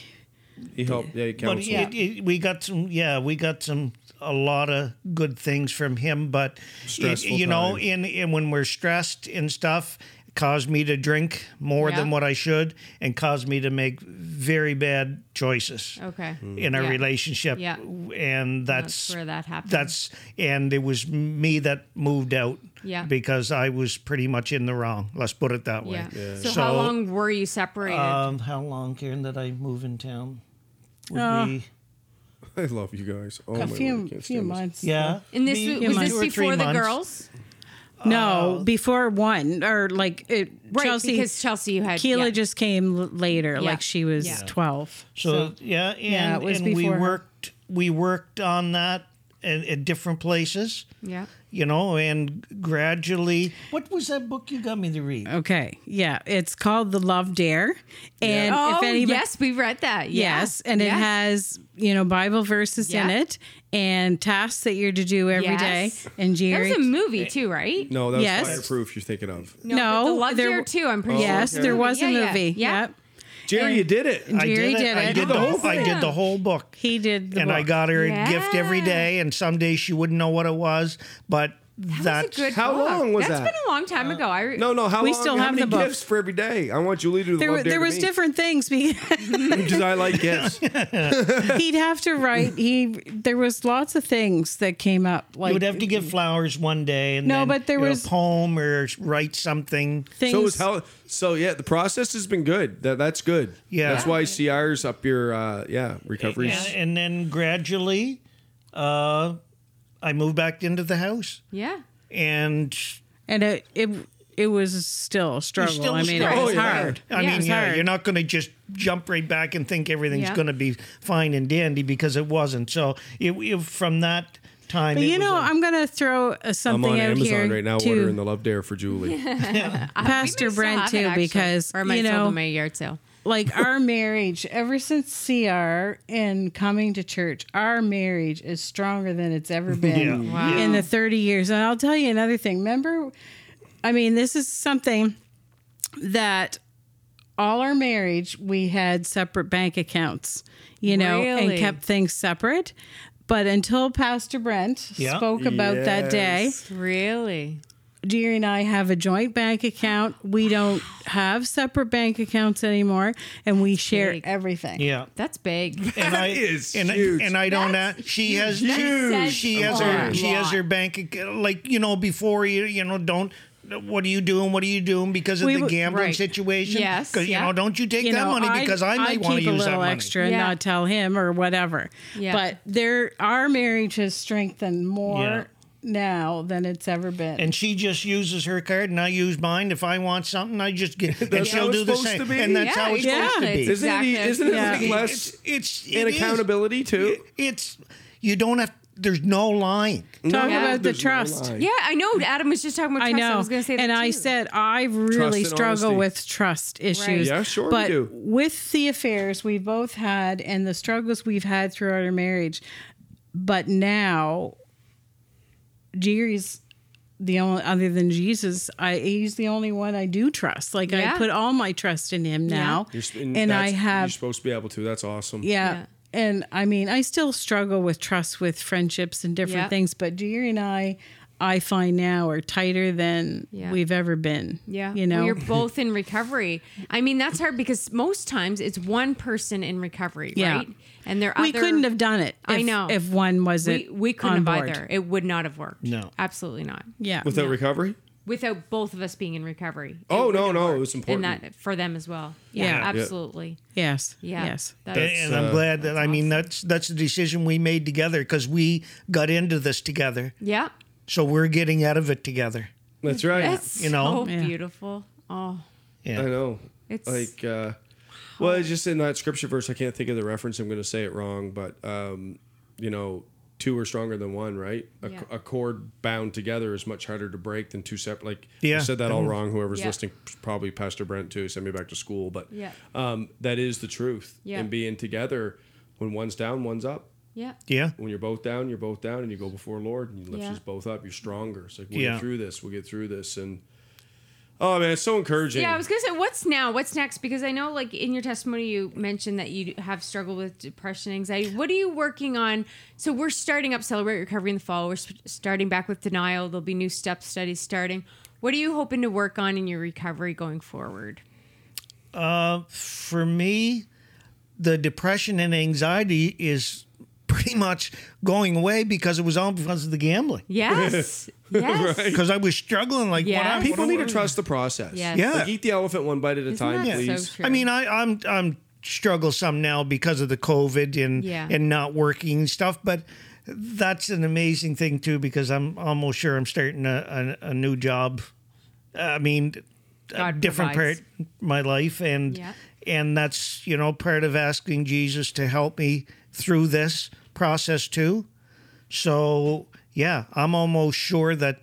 Speaker 2: that. He helped. Yeah, he
Speaker 3: But
Speaker 2: counseled.
Speaker 3: it, it, we got some, yeah, we got some a lot of good things from him. But it-
Speaker 2: Stressful
Speaker 3: you know,
Speaker 2: time.
Speaker 3: in, in when we're stressed and stuff, it caused me to drink more
Speaker 1: Yeah.
Speaker 3: than what I should, and caused me to make very bad choices
Speaker 1: Okay.
Speaker 3: in our
Speaker 1: Oh, Yeah.
Speaker 3: relationship.
Speaker 1: Yeah.
Speaker 3: and that's
Speaker 1: That's where that happened.
Speaker 3: that's and it was me that moved out.
Speaker 1: Yeah.
Speaker 3: because I was pretty much in the wrong. Let's put it that way.
Speaker 1: yeah. So, how long were you separated?
Speaker 3: Um, how long, Karen, did I move in town? Would
Speaker 1: Uh,
Speaker 3: be.
Speaker 2: I love you guys. Oh
Speaker 4: a
Speaker 2: my
Speaker 4: few
Speaker 2: Lord, I can't
Speaker 4: few
Speaker 2: stand this.
Speaker 4: months.
Speaker 3: Yeah.
Speaker 1: and this
Speaker 3: Be-
Speaker 1: was
Speaker 4: months.
Speaker 1: this
Speaker 3: two or three
Speaker 1: before the
Speaker 3: months.
Speaker 1: girls,
Speaker 4: No, before one or like it,
Speaker 1: Oh. right?
Speaker 4: Chelsea
Speaker 1: because Chelsea, you had
Speaker 4: Keela
Speaker 1: yeah.
Speaker 4: just came l- later,
Speaker 1: Yeah.
Speaker 4: like she was
Speaker 1: Yeah.
Speaker 4: twelve.
Speaker 3: So, yeah, and,
Speaker 4: Yeah, it was
Speaker 3: and we
Speaker 4: before her.
Speaker 3: worked we worked on that at, at different places,
Speaker 1: yeah.
Speaker 3: you know, and gradually. What was that book you got me to read?
Speaker 4: Okay, yeah, it's called The Love Dare, and
Speaker 1: Oh
Speaker 4: if anybody,
Speaker 1: yes, we read that. Yeah.
Speaker 4: Yes, and it
Speaker 1: Yeah.
Speaker 4: has you know Bible verses in
Speaker 1: Yeah.
Speaker 4: it and tasks that you're to do every day.
Speaker 1: Yes.
Speaker 4: And
Speaker 1: That
Speaker 4: Jerry,
Speaker 1: was a movie too, right?
Speaker 2: No, that was
Speaker 4: Yes.
Speaker 2: fireproof. You're thinking of
Speaker 1: No, but the love
Speaker 4: there-
Speaker 1: there too. I'm
Speaker 2: Oh,
Speaker 1: pretty
Speaker 4: yes,
Speaker 1: sure.
Speaker 4: there was a
Speaker 1: Yeah, yeah,
Speaker 4: movie.
Speaker 1: yeah.
Speaker 4: Yep,
Speaker 2: Jerry. You did it.
Speaker 3: I
Speaker 4: Jerry
Speaker 3: did it.
Speaker 4: did
Speaker 3: I
Speaker 4: it.
Speaker 3: did the whole I
Speaker 1: Awesome.
Speaker 3: did the whole book.
Speaker 4: he did. The
Speaker 3: and I
Speaker 4: book.
Speaker 3: got her a gift every
Speaker 1: Yeah.
Speaker 3: day and some days she wouldn't know what it was, but
Speaker 1: That
Speaker 3: that's
Speaker 1: was a good
Speaker 2: How
Speaker 1: book.
Speaker 2: long was that?
Speaker 1: That's been a long time
Speaker 4: Uh,
Speaker 1: ago. I re-
Speaker 2: No, no. How
Speaker 4: We
Speaker 2: long?
Speaker 4: still
Speaker 2: how
Speaker 4: have
Speaker 2: many
Speaker 4: the book.
Speaker 2: gifts for every day? I want Julie to do the
Speaker 4: There,
Speaker 2: love
Speaker 4: were-
Speaker 2: dare
Speaker 4: there
Speaker 2: to
Speaker 4: was
Speaker 2: me.
Speaker 4: different things because
Speaker 2: Because I like gifts.
Speaker 4: he'd have to write. He there was lots of things that came up like
Speaker 3: you would have to give flowers one day and
Speaker 4: No,
Speaker 3: then,
Speaker 4: but there
Speaker 3: you know,
Speaker 4: was-
Speaker 3: a poem or write something.
Speaker 4: things.
Speaker 2: So is how. So yeah, the process has been good. That that's good.
Speaker 3: Yeah.
Speaker 2: That's why CR's up your uh, yeah recoveries.
Speaker 3: and, and then gradually uh, i moved back into the house
Speaker 1: Yeah.
Speaker 3: and
Speaker 4: and it it it was still a struggle.
Speaker 3: still
Speaker 4: I mean, it
Speaker 3: struggle.
Speaker 4: was
Speaker 2: Oh, yeah.
Speaker 4: hard.
Speaker 3: i
Speaker 1: Yeah.
Speaker 3: mean
Speaker 1: It's
Speaker 3: yeah,
Speaker 4: hard.
Speaker 3: you're not going to just jump right back and think everything's
Speaker 1: Yeah.
Speaker 3: going to be fine and dandy because it wasn't so it, it- from that time
Speaker 4: But
Speaker 3: it
Speaker 4: you
Speaker 3: was
Speaker 4: know,
Speaker 3: a-
Speaker 4: I'm gonna throw uh,
Speaker 2: I'm
Speaker 4: something
Speaker 2: on
Speaker 4: out here
Speaker 2: Amazon right now
Speaker 4: to
Speaker 2: ordering the love dare for Julie.
Speaker 4: Pastor Brent too, because
Speaker 1: or my
Speaker 4: you know
Speaker 1: my yard sale.
Speaker 4: like our marriage ever since CR and coming to church, our marriage is stronger than it's ever been
Speaker 3: Yeah.
Speaker 1: Wow.
Speaker 4: in the 30 years. And I'll tell you another thing. Remember, I mean, this is something that all our marriage we had separate bank accounts, you know,
Speaker 1: Really?
Speaker 4: and kept things separate. But until Pastor Brent
Speaker 3: Yeah.
Speaker 4: spoke about that day,
Speaker 1: Really?
Speaker 4: Deary and I have a joint bank account. We don't have separate bank accounts anymore, and we share
Speaker 1: Big.
Speaker 4: everything.
Speaker 3: yeah
Speaker 1: That's big.
Speaker 3: and I
Speaker 2: is
Speaker 3: and,
Speaker 2: huge.
Speaker 3: and I don't ask. She has she,
Speaker 1: Huge.
Speaker 3: she
Speaker 1: That
Speaker 3: has
Speaker 1: says
Speaker 3: her
Speaker 1: a
Speaker 3: she has
Speaker 1: lot.
Speaker 3: her bank account. Like you know, before you you know, don't. What are you doing? What are you doing because of
Speaker 4: We
Speaker 3: the
Speaker 4: would-
Speaker 3: gambling
Speaker 1: right.
Speaker 3: situation?
Speaker 1: Yes,
Speaker 3: 'Cause, you
Speaker 1: yeah.
Speaker 3: know, don't you take
Speaker 4: You
Speaker 3: that
Speaker 4: know,
Speaker 3: money because I, might
Speaker 4: I'd
Speaker 3: want to
Speaker 4: keep a
Speaker 3: use that
Speaker 4: little
Speaker 3: money.
Speaker 4: extra and
Speaker 1: Yeah.
Speaker 4: not tell him or whatever.
Speaker 1: Yeah.
Speaker 4: But there, our marriage has strengthened more
Speaker 3: Yeah.
Speaker 4: now than it's ever been.
Speaker 3: and she just uses her card and I use mine. If I want something, I just get and
Speaker 2: That's how
Speaker 3: she'll
Speaker 2: it's
Speaker 3: do the
Speaker 2: supposed
Speaker 3: same.
Speaker 2: to be.
Speaker 3: And that's
Speaker 1: Yeah,
Speaker 3: how it's supposed to
Speaker 1: exactly.
Speaker 4: e-
Speaker 3: be.
Speaker 2: Isn't
Speaker 1: Exactly.
Speaker 2: it? Isn't it
Speaker 4: Yeah.
Speaker 2: like less
Speaker 3: It's it's
Speaker 2: in
Speaker 3: it is.
Speaker 2: accountability too?
Speaker 3: It's you don't have there's no line.
Speaker 4: Talk
Speaker 1: Yeah.
Speaker 4: about the
Speaker 2: There's no
Speaker 4: trust.
Speaker 2: line.
Speaker 1: Yeah, I know. Adam was just talking about
Speaker 4: I
Speaker 1: trust. I,
Speaker 4: know.
Speaker 1: was going to say that
Speaker 4: and I
Speaker 1: too.
Speaker 4: said I really
Speaker 2: and
Speaker 4: struggle
Speaker 2: honesty.
Speaker 4: with trust issues.
Speaker 2: Yeah, sure we
Speaker 4: But
Speaker 2: do.
Speaker 4: with the affairs we both had and the struggles we've had throughout our marriage, but now Jerry's the only other than Jesus, I he's the only one I do trust. Like I
Speaker 1: Yeah.
Speaker 4: put all my trust in him now.
Speaker 2: You're sp-
Speaker 4: And, I
Speaker 2: that's- You're
Speaker 4: have
Speaker 2: supposed to be able to. That's awesome.
Speaker 4: yeah.
Speaker 1: Yeah.
Speaker 4: And I mean, I still struggle with trust with friendships and different
Speaker 1: Yeah.
Speaker 4: things, but Jerry and I, I find now are tighter than
Speaker 1: Yeah.
Speaker 4: we've ever been.
Speaker 1: Yeah.
Speaker 4: You know,
Speaker 1: Well, you're both in recovery. I mean, that's hard because most times it's one person in recovery,
Speaker 4: Yeah.
Speaker 1: right? And there
Speaker 4: we
Speaker 1: other,
Speaker 4: couldn't have done it. If,
Speaker 1: I know.
Speaker 4: If one wasn't.
Speaker 1: We, we couldn't
Speaker 4: on
Speaker 1: have
Speaker 4: board.
Speaker 1: either. It would not have worked.
Speaker 3: No.
Speaker 1: absolutely not.
Speaker 4: Yeah.
Speaker 2: Without recovery?
Speaker 1: Without both of us being in recovery. It
Speaker 2: Oh, no,
Speaker 1: wouldn't have
Speaker 2: no, it
Speaker 1: worked.
Speaker 2: was important.
Speaker 1: and that for them as well.
Speaker 4: Yeah.
Speaker 1: Yeah,
Speaker 4: Yeah.
Speaker 1: absolutely.
Speaker 4: yes.
Speaker 1: Yeah.
Speaker 4: Yes.
Speaker 1: That
Speaker 3: And,
Speaker 1: is-
Speaker 3: and I'm glad that I mean uh, that's that's the decision we made together because we got into this together.
Speaker 1: yeah,
Speaker 3: So we're getting out of it together.
Speaker 2: That's right.
Speaker 1: that's
Speaker 3: You know?
Speaker 1: so
Speaker 4: Yeah.
Speaker 1: beautiful. Oh,
Speaker 3: Yeah.
Speaker 2: I know.
Speaker 1: It's-
Speaker 2: like uh well, it's just in that scripture verse I can't think of the reference. I'm going to say it wrong, but um, you know, two are stronger than one, right? A,
Speaker 1: Yeah.
Speaker 2: a cord bound together is much harder to break than two separate like
Speaker 3: Yeah.
Speaker 2: I said that all wrong. Whoever's
Speaker 1: Yeah.
Speaker 2: listening probably Pastor Brent too sent me back to school, but
Speaker 1: Yeah.
Speaker 2: um that is the truth.
Speaker 1: Yeah.
Speaker 2: And being together when one's down, one's up.
Speaker 1: yeah,
Speaker 3: Yeah.
Speaker 2: when you're both down, you're both down, and you go before Lord and you lift
Speaker 1: Yeah.
Speaker 2: us both up. You're stronger. It's like we'll
Speaker 3: Yeah.
Speaker 2: get through this. We'll get through this. And oh man, it's so encouraging.
Speaker 1: yeah. I was gonna say, what's now? What's next? Because I know, like in your testimony, you mentioned that you have struggled with depression, anxiety. What are you working on? So we're starting up Celebrate Recovery in the fall. We're s- starting back with denial. There'll be new step studies starting. What are you hoping to work on in your recovery going forward?
Speaker 3: For me, the depression and anxiety is pretty much going away because it was all because of the gambling.
Speaker 1: Yes, yes.
Speaker 3: Because I was struggling like
Speaker 1: Yeah.
Speaker 3: what I'm
Speaker 2: People
Speaker 3: what
Speaker 2: need
Speaker 3: am
Speaker 2: to trust the process.
Speaker 1: Yes.
Speaker 3: Yeah.
Speaker 2: Like eat the elephant one bite at a
Speaker 1: Isn't
Speaker 2: time,
Speaker 1: that
Speaker 2: please.
Speaker 1: so
Speaker 3: I
Speaker 1: true?
Speaker 3: mean, I, I'm I'm struggle some now because of the COVID and
Speaker 1: Yeah.
Speaker 3: and not working and stuff, but that's an amazing thing too because I'm almost sure I'm starting a, a, a new job. I mean, a
Speaker 1: God
Speaker 3: different
Speaker 1: provides.
Speaker 3: part of my life and
Speaker 1: Yeah.
Speaker 3: and that's you know part of asking Jesus to help me through this process too. So yeah, I'm almost sure that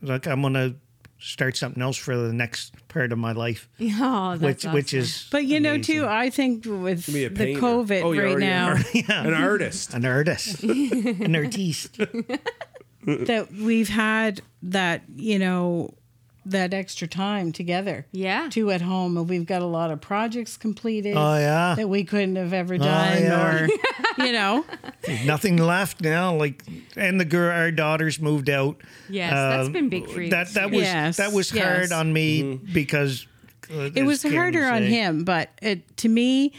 Speaker 3: like I'm gonna start something else for the next part of my life,
Speaker 1: oh, that's
Speaker 3: which which
Speaker 1: awesome.
Speaker 3: is
Speaker 4: But you know, too, I think with
Speaker 2: Be a
Speaker 4: the
Speaker 2: painter.
Speaker 4: COVID
Speaker 2: Oh, you
Speaker 4: right
Speaker 2: already
Speaker 4: now,
Speaker 2: are. An artist.
Speaker 3: an artist, an artiste.
Speaker 4: that we've had that, you know, that extra time together.
Speaker 1: Yeah.
Speaker 4: Two at home. And we've got a lot of projects completed.
Speaker 3: Oh, yeah. Oh,
Speaker 4: That we couldn't have ever done
Speaker 3: yeah.
Speaker 4: or you know.
Speaker 3: Nothing left now. Like, and the girl, our daughters moved out.
Speaker 1: Yes, that's
Speaker 3: Um,
Speaker 1: been big for you.
Speaker 3: That that was
Speaker 4: Yes,
Speaker 3: that was
Speaker 4: yes.
Speaker 3: hard on me
Speaker 2: Mm-hmm.
Speaker 3: because uh,
Speaker 4: it was harder on him, but it, to me,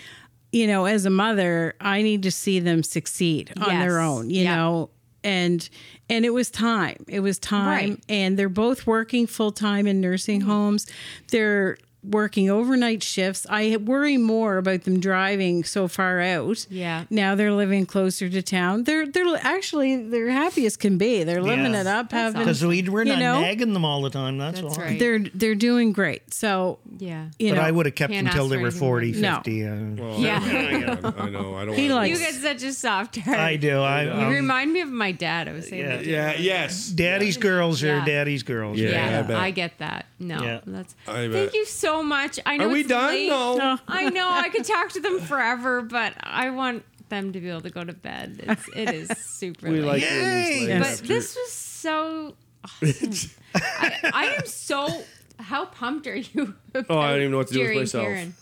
Speaker 4: you know, as a mother, I need to see them succeed on their
Speaker 1: Yes.
Speaker 4: own, you
Speaker 1: Yeah.
Speaker 4: know. And and it was time. It was time.
Speaker 1: Right. Mm-hmm.
Speaker 4: And they're both working full time in nursing homes. They're working overnight shifts. I worry more about them driving so far out.
Speaker 1: Yeah.
Speaker 4: Now they're living closer to town. They're they're actually they're happy as can be. They're living
Speaker 3: Yeah.
Speaker 4: it up,
Speaker 1: That's
Speaker 4: having
Speaker 3: because we were
Speaker 4: you
Speaker 3: not
Speaker 4: know?
Speaker 3: nagging them all the time. That's,
Speaker 1: That's
Speaker 3: all.
Speaker 1: right.
Speaker 4: they're they're doing great. So
Speaker 1: yeah.
Speaker 4: you
Speaker 3: But
Speaker 4: know
Speaker 3: I would have kept
Speaker 1: Can't
Speaker 3: until
Speaker 1: ask
Speaker 3: they
Speaker 1: for
Speaker 3: were
Speaker 1: anything
Speaker 3: 40,
Speaker 4: more. No.
Speaker 3: 50. Uh,
Speaker 2: Oh,
Speaker 1: Yeah.
Speaker 2: yeah, I know. I don't.
Speaker 4: He
Speaker 2: wanna-
Speaker 4: likes-
Speaker 1: You guys are such a soft heart.
Speaker 3: I do. I,
Speaker 1: You
Speaker 3: um,
Speaker 1: remind me of my dad. I was saying
Speaker 3: Yeah.
Speaker 1: that.
Speaker 2: Yeah. Yes.
Speaker 3: daddy's girls are
Speaker 1: Yeah.
Speaker 3: daddy's girls.
Speaker 2: Yeah.
Speaker 1: Yeah,
Speaker 2: I bet.
Speaker 1: I, get that. No,
Speaker 3: Yeah.
Speaker 1: that's.
Speaker 2: I bet.
Speaker 1: Thank you so much. I know.
Speaker 2: Are we
Speaker 1: it's
Speaker 2: done?
Speaker 1: late.
Speaker 2: No. No.
Speaker 1: I know. I could talk to them forever, but I want them to be able to go to bed. It's, it is super.
Speaker 2: We
Speaker 1: late.
Speaker 2: like doing these
Speaker 3: Yay.
Speaker 2: late
Speaker 1: But
Speaker 2: after-
Speaker 1: this was so. awesome. I, I am so. How pumped are you?
Speaker 2: Oh, I don't even know what to do with
Speaker 1: Jerry and
Speaker 2: myself.
Speaker 1: Karen?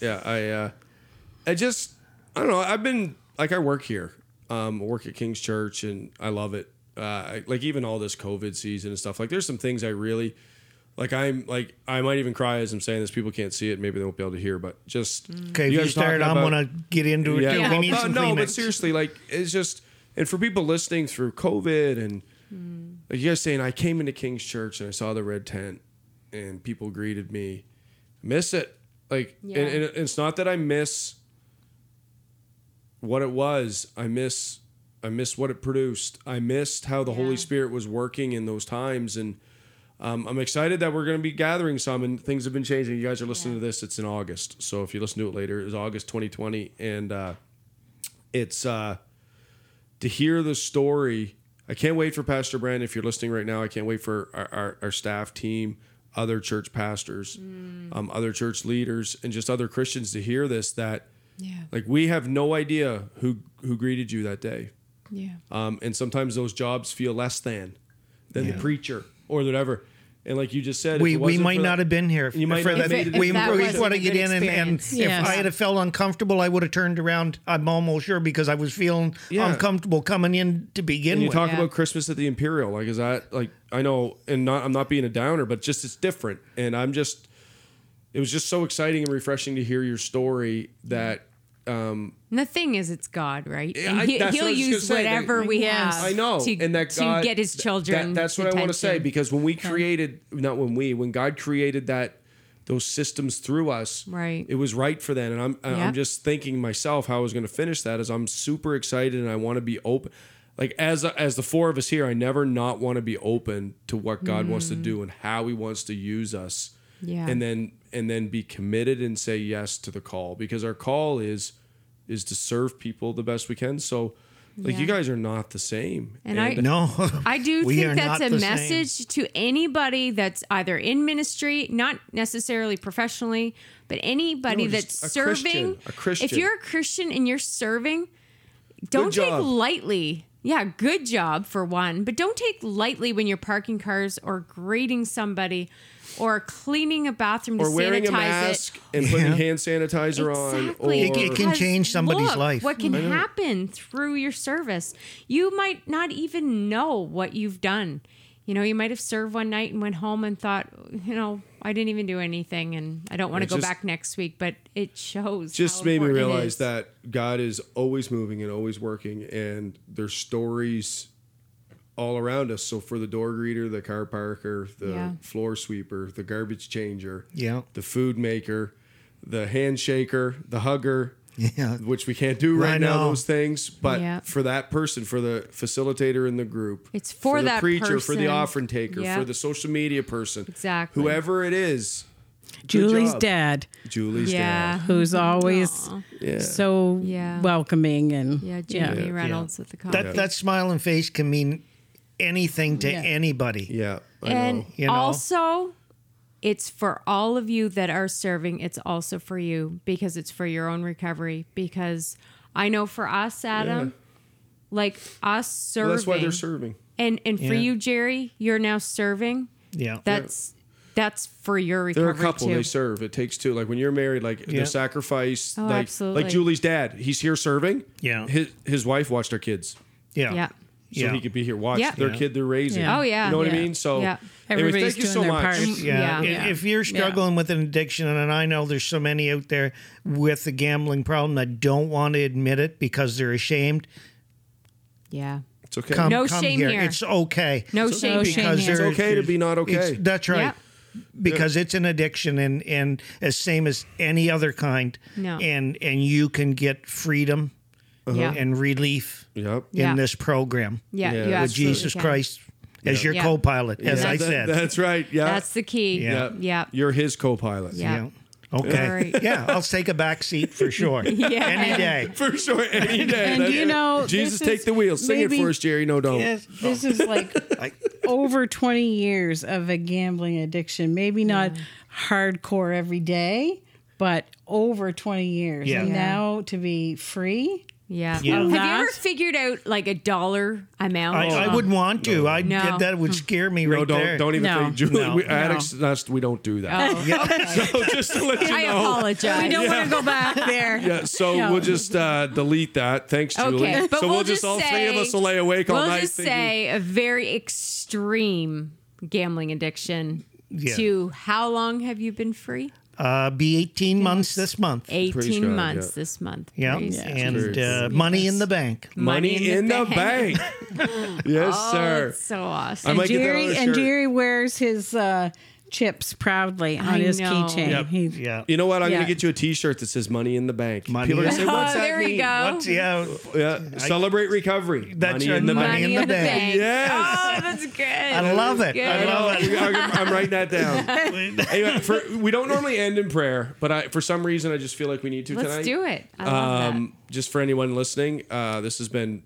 Speaker 2: yeah i uh i just i don't know i've been like i work here um I work at king's church and i love it uh I, like even all this covid season and stuff like there's some things i really like i'm like i might even cry as i'm saying this people can't see it maybe they won't be able to hear but just
Speaker 3: Okay, if you
Speaker 2: guys
Speaker 3: start,
Speaker 2: talking
Speaker 3: I'm
Speaker 2: about-
Speaker 3: gonna get into it. too.
Speaker 2: yeah,
Speaker 1: Yeah.
Speaker 3: We
Speaker 2: well,
Speaker 3: need
Speaker 2: no,
Speaker 3: some
Speaker 2: no, but
Speaker 3: Kleenex.
Speaker 2: seriously like it's just and for people listening through covid and like you guys saying i came into king's church and i saw the red tent and people greeted me miss it like
Speaker 1: Yeah.
Speaker 2: and, and it's not that i miss what it was i miss I missed what it produced. I missed how the Holy Spirit was working in those times. And um, I'm excited that we're going to be gathering some, and things have been changing. You guys are listening to this; it's in August, so if you listen to it later, it's August 2020, and uh, it's uh, to hear the story. I can't wait for Pastor Brand. If you're listening right now, I can't wait for our, our, our staff team, other church pastors,
Speaker 1: Mm.
Speaker 2: um, other church leaders, and just other Christians to hear this. That
Speaker 1: Yeah.
Speaker 2: like we have no idea who who greeted you that day
Speaker 1: Yeah.
Speaker 2: um, and sometimes those jobs feel less than than the preacher or whatever. And like you just said, if
Speaker 3: we,
Speaker 2: it
Speaker 3: we
Speaker 2: wasn't
Speaker 3: might
Speaker 2: for
Speaker 3: not
Speaker 2: that-
Speaker 3: have been here. If,
Speaker 2: You might
Speaker 3: for
Speaker 2: not have
Speaker 3: that-
Speaker 2: made it.
Speaker 3: we,
Speaker 1: If that
Speaker 3: we
Speaker 1: wasn't
Speaker 3: want
Speaker 1: a
Speaker 3: to get
Speaker 1: good
Speaker 3: in, and, and
Speaker 1: experience.
Speaker 4: Yes.
Speaker 3: if I had have felt uncomfortable, I would have turned around. I'm almost sure because I was feeling
Speaker 2: Yeah.
Speaker 3: uncomfortable coming in to begin
Speaker 2: And you
Speaker 3: with.
Speaker 2: talk
Speaker 1: Yeah.
Speaker 2: about Christmas at the Imperial, like is that like I know, and not I'm not being a downer, but just it's different. And I'm just, it was just so exciting and refreshing to hear your story. That
Speaker 1: And the thing is, it's God, right?
Speaker 2: Yeah,
Speaker 1: And
Speaker 2: I-
Speaker 1: he,
Speaker 2: that's
Speaker 1: will
Speaker 2: what I was gonna
Speaker 1: use
Speaker 2: say, that-
Speaker 1: whatever we
Speaker 4: Yes.
Speaker 1: have.
Speaker 2: I know,
Speaker 1: to,
Speaker 2: and that God,
Speaker 1: to get his
Speaker 2: that-
Speaker 1: children.
Speaker 2: that's what I want to say
Speaker 1: attention.
Speaker 2: because when we created, not when we, when God created that those systems through us,
Speaker 1: Right.
Speaker 2: It was right for that, and I'm
Speaker 1: Yeah.
Speaker 2: I'm just thinking myself how I was going to finish that. Is I'm super excited and I want to be open. Like as as the four of us here, I never not want to be open to what God wants to do and how He wants to use us.
Speaker 1: Mm-hmm. Yeah.
Speaker 2: and then and then be committed and say yes to the call because our call is is to serve people the best we can. So, like
Speaker 1: Yeah.
Speaker 2: you guys are not the same.
Speaker 1: And I-
Speaker 3: no,
Speaker 1: I do
Speaker 3: We
Speaker 1: think
Speaker 3: are
Speaker 1: that's
Speaker 3: not
Speaker 1: a
Speaker 3: the same.
Speaker 1: message to anybody that's either in ministry, not necessarily professionally, but anybody
Speaker 2: No,
Speaker 1: that's
Speaker 2: just a
Speaker 1: serving.
Speaker 2: Christian, a Christian.
Speaker 1: If you're a Christian and you're serving, don't take
Speaker 2: job.
Speaker 1: lightly. Yeah, good job for one, but don't take lightly when you're parking cars or greeting somebody or cleaning a bathroom to
Speaker 2: or wearing
Speaker 1: sanitize
Speaker 2: a mask
Speaker 1: it.
Speaker 2: and putting hand
Speaker 1: Exactly.
Speaker 2: sanitizer on. Or, Mm-hmm.
Speaker 3: It- it can
Speaker 1: because
Speaker 3: change somebody's
Speaker 1: look
Speaker 3: life.
Speaker 1: What can happen through your service? You might not even know what you've done. You know, you might have served one night and went home and thought, you know, I didn't even do anything, and I don't want to
Speaker 2: It
Speaker 1: go
Speaker 2: just-
Speaker 1: back next week. But it shows.
Speaker 2: just
Speaker 1: how
Speaker 2: made me
Speaker 1: important it
Speaker 2: realize
Speaker 1: is.
Speaker 2: that God is always moving and always working, and there's stories all around us. So for the door greeter, the car parker, the
Speaker 1: Yeah.
Speaker 2: floor sweeper, the garbage changer,
Speaker 3: Yeah.
Speaker 2: the food maker, the handshaker, the hugger,
Speaker 3: Yeah.
Speaker 2: which we can't do right
Speaker 3: I
Speaker 2: now.
Speaker 3: know.
Speaker 2: Those things, but
Speaker 1: Yeah.
Speaker 2: for that person, for the facilitator in the group,
Speaker 1: It's for
Speaker 2: the
Speaker 1: that
Speaker 2: preacher, for the
Speaker 1: person.
Speaker 2: offering taker,
Speaker 1: Yeah.
Speaker 2: for the social media person,
Speaker 1: Exactly.
Speaker 2: whoever it is. good
Speaker 4: Julie's
Speaker 2: job.
Speaker 4: dad,
Speaker 2: Julie's
Speaker 1: Yeah.
Speaker 2: dad.
Speaker 4: who's always
Speaker 1: Aw.
Speaker 2: Yeah.
Speaker 4: so
Speaker 1: Yeah.
Speaker 4: welcoming and
Speaker 1: Yeah, Jamie
Speaker 2: Yeah.
Speaker 1: Reynolds with the coffee.
Speaker 3: that that smile and face can mean anything to
Speaker 4: Yeah.
Speaker 3: anybody.
Speaker 2: Yeah. I
Speaker 1: and
Speaker 2: know.
Speaker 3: You know?
Speaker 1: also it's for all of you that are serving it's also for you because it's for your own recovery because i know for us adam like us serving
Speaker 2: Well, that's why they're serving.
Speaker 1: and and for
Speaker 3: Yeah.
Speaker 1: you jerry you're now serving
Speaker 3: Yeah.
Speaker 1: that's that's for your
Speaker 2: They're
Speaker 1: recovery
Speaker 2: a couple.
Speaker 1: too
Speaker 2: They serve. It takes two. Like when you're married, like
Speaker 3: Yeah.
Speaker 2: the sacrifice.
Speaker 1: Oh,
Speaker 2: like,
Speaker 1: absolutely.
Speaker 2: Like Julie's dad, he's here serving.
Speaker 3: Yeah.
Speaker 2: His his wife watched our kids, so
Speaker 3: yeah.
Speaker 1: yeah
Speaker 3: Yeah.
Speaker 2: he could be here watch
Speaker 1: Yeah.
Speaker 2: their
Speaker 1: Yeah.
Speaker 2: kid they're raising.
Speaker 4: Yeah.
Speaker 1: Oh, yeah.
Speaker 2: You know what I
Speaker 4: Yeah.
Speaker 2: mean? So
Speaker 1: Yeah.
Speaker 2: anyways,
Speaker 4: Everybody's
Speaker 2: thank you
Speaker 4: doing
Speaker 2: so
Speaker 4: their
Speaker 2: much.
Speaker 4: part.
Speaker 3: Yeah.
Speaker 1: Yeah.
Speaker 3: I- If you're struggling with an addiction, and I know there's so many out there with a gambling problem that don't want to admit it because they're ashamed,
Speaker 1: yeah
Speaker 2: It's okay.
Speaker 3: come,
Speaker 1: No
Speaker 3: come
Speaker 1: shame
Speaker 3: here.
Speaker 1: here.
Speaker 3: It's okay.
Speaker 1: no
Speaker 2: So-
Speaker 1: shame
Speaker 4: No
Speaker 1: here.
Speaker 4: shame
Speaker 3: because
Speaker 4: here.
Speaker 2: It's
Speaker 3: there-
Speaker 2: okay to be not okay.
Speaker 3: it's- that's right.
Speaker 1: Yeah.
Speaker 3: Because it's an addiction and and as same as any other kind.
Speaker 1: No. Uh-huh.
Speaker 3: And and you can get freedom
Speaker 1: Yeah.
Speaker 3: Uh-huh. and relief
Speaker 2: Yep.
Speaker 1: Yeah.
Speaker 3: in this program.
Speaker 1: yeah,
Speaker 2: Yeah.
Speaker 1: you
Speaker 2: With
Speaker 1: absolutely
Speaker 3: Jesus
Speaker 1: can.
Speaker 3: Christ as your
Speaker 1: Yeah.
Speaker 3: co-pilot, as
Speaker 1: Yeah.
Speaker 3: I
Speaker 2: That-
Speaker 3: said.
Speaker 2: that's right. Yeah.
Speaker 1: that's the key
Speaker 3: Yeah.
Speaker 1: yeah yeah,
Speaker 2: You're his co-pilot.
Speaker 3: yeah. Okay.
Speaker 1: All right.
Speaker 3: Yeah, I'll take a back seat for sure. Any day.
Speaker 2: For sure, any day.
Speaker 4: And you know,
Speaker 2: Jesus,
Speaker 4: this
Speaker 2: take
Speaker 4: is
Speaker 2: the wheel. Sing it
Speaker 4: maybe-
Speaker 2: for us, Jerry. No, don't.
Speaker 4: This is like over 20 years of a gambling addiction. Maybe not hardcore every day, but over 20 years.
Speaker 3: Yeah.
Speaker 4: And
Speaker 3: Yeah.
Speaker 4: now to be free.
Speaker 1: yeah.
Speaker 3: Yeah.
Speaker 1: have you ever
Speaker 4: That-
Speaker 1: figured out like a dollar amount
Speaker 3: I, I
Speaker 1: Um,
Speaker 3: wouldn't want to. I'd
Speaker 1: No. Hmm.
Speaker 3: get- that would scare me right
Speaker 2: No, don't.
Speaker 3: there.
Speaker 2: Don't e- even
Speaker 4: No.
Speaker 2: think, Julie.
Speaker 3: No.
Speaker 2: we,
Speaker 4: No.
Speaker 2: Addicts, us, we don't do that.
Speaker 1: oh,
Speaker 2: So just to let you
Speaker 1: i
Speaker 2: know.
Speaker 1: apologize
Speaker 4: We don't want to go back there.
Speaker 2: Yeah, so
Speaker 4: No.
Speaker 2: we'll just uh, delete that. Thanks, Julie.
Speaker 1: Okay, but
Speaker 2: so
Speaker 1: we'll,
Speaker 2: just,
Speaker 1: just
Speaker 2: all
Speaker 1: say,
Speaker 2: three of us will lay awake all
Speaker 1: we'll
Speaker 2: night.
Speaker 1: just
Speaker 2: thinking-
Speaker 1: say a very extreme gambling addiction.
Speaker 3: Yeah.
Speaker 1: To how long have you been free?
Speaker 3: Uh, be 18 months this month.
Speaker 2: pretty
Speaker 1: Eighteen
Speaker 2: sure,
Speaker 1: months
Speaker 2: yeah.
Speaker 1: this month.
Speaker 3: Yeah.
Speaker 1: Praise
Speaker 3: And
Speaker 1: Jesus.
Speaker 3: uh, money in the bank.
Speaker 2: money, in, the, bank. yes,
Speaker 1: Oh,
Speaker 2: sir.
Speaker 1: that's so awesome.
Speaker 2: I might get that
Speaker 4: Jerry
Speaker 2: other
Speaker 4: and
Speaker 2: shirt.
Speaker 4: Jerry wears his uh, chips proudly on
Speaker 1: I
Speaker 4: his
Speaker 1: know.
Speaker 4: keychain.
Speaker 1: Yep.
Speaker 4: He-
Speaker 3: Yeah.
Speaker 2: You know what? I'm
Speaker 4: Yeah.
Speaker 2: going to get you a T-shirt that says "Money in the Bank."
Speaker 3: Money
Speaker 2: People are
Speaker 3: in
Speaker 2: going to say,
Speaker 3: the
Speaker 2: "What's
Speaker 1: Oh,
Speaker 2: that
Speaker 1: there you
Speaker 2: mean?"
Speaker 1: go.
Speaker 3: What's yeah?
Speaker 2: Yeah,
Speaker 3: I-
Speaker 2: celebrate recovery.
Speaker 3: That's
Speaker 2: money
Speaker 3: right,
Speaker 2: in the
Speaker 3: money
Speaker 2: bank.
Speaker 3: in the bank.
Speaker 2: Yes.
Speaker 1: Oh, that's good. I
Speaker 3: love it. I
Speaker 2: I
Speaker 3: love
Speaker 2: know. We- I- Oh, I'm writing that down. Anyway, for, we don't normally end in prayer, but I, for some reason, I just feel like we need to
Speaker 1: Let's
Speaker 2: tonight.
Speaker 1: do it. I love
Speaker 2: um, Just for anyone listening, uh, this has been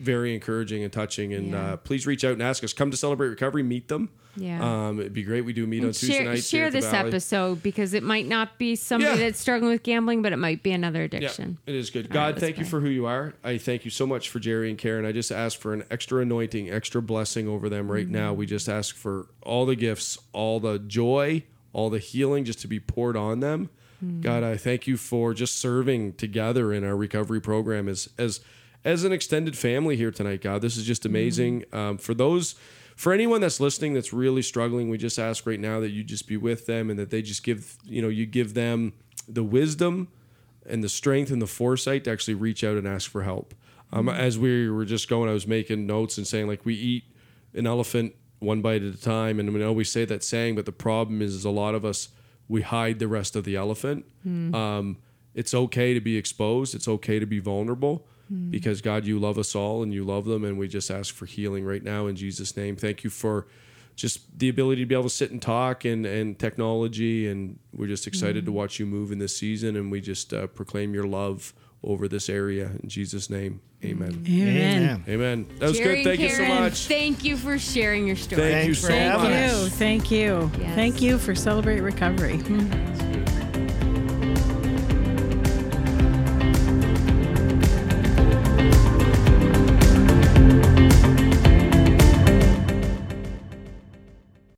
Speaker 2: very encouraging and touching. And
Speaker 1: Yeah.
Speaker 2: uh, please reach out and ask us. Come to Celebrate Recovery. Meet them.
Speaker 1: Yeah.
Speaker 2: Um, it'd be great. We do meet on
Speaker 1: that.
Speaker 2: Tuesday
Speaker 1: Share,
Speaker 2: nights.
Speaker 1: share
Speaker 2: here at the
Speaker 1: this
Speaker 2: Valley.
Speaker 1: episode because it might not be somebody
Speaker 2: Yeah.
Speaker 1: that's struggling with gambling, but it might be another
Speaker 2: Yeah,
Speaker 1: addiction.
Speaker 2: it is good.
Speaker 1: All right,
Speaker 2: God,
Speaker 1: let's
Speaker 2: thank you
Speaker 1: pray.
Speaker 2: for who you are. I thank you so much for Jerry and Karen. I just ask for an extra anointing, extra blessing over them right now.
Speaker 1: Mm-hmm.
Speaker 2: We just ask for all the gifts, all the joy, all the healing just to be poured on them.
Speaker 1: Mm-hmm.
Speaker 2: God, I thank you for just serving together in our recovery program as as as an extended family here tonight, God. This is
Speaker 1: Mm-hmm.
Speaker 2: just amazing. Um, for those for anyone that's listening that's really struggling, we just ask right now that you just be with them and that they just give, you know, you give them the wisdom and the strength and the foresight to actually reach out and ask for help. Um, As we were just going, I was making notes and saying like we eat an elephant one bite at a time, and we always say that saying, but the problem is, is a lot of us we hide the rest of the elephant. Um, it's okay to be exposed. It's okay to be vulnerable. Because God, you love us all and you love them, and we just ask for healing right now in Jesus' name. Thank you for just the ability to be able to sit and talk and, and technology and we're just excited to watch you move in this season and we just uh, proclaim your love over this area in jesus name amen
Speaker 4: Mm-hmm. Amen.
Speaker 2: amen that was
Speaker 1: Jerry
Speaker 2: good thank
Speaker 1: and Karen,
Speaker 2: you so much
Speaker 1: Thank you for sharing your story.
Speaker 2: thank you
Speaker 3: Thanks for
Speaker 2: so
Speaker 3: having
Speaker 2: much
Speaker 3: us.
Speaker 4: Thank you. Thank you.
Speaker 1: Yes.
Speaker 4: Thank you for Celebrate Recovery.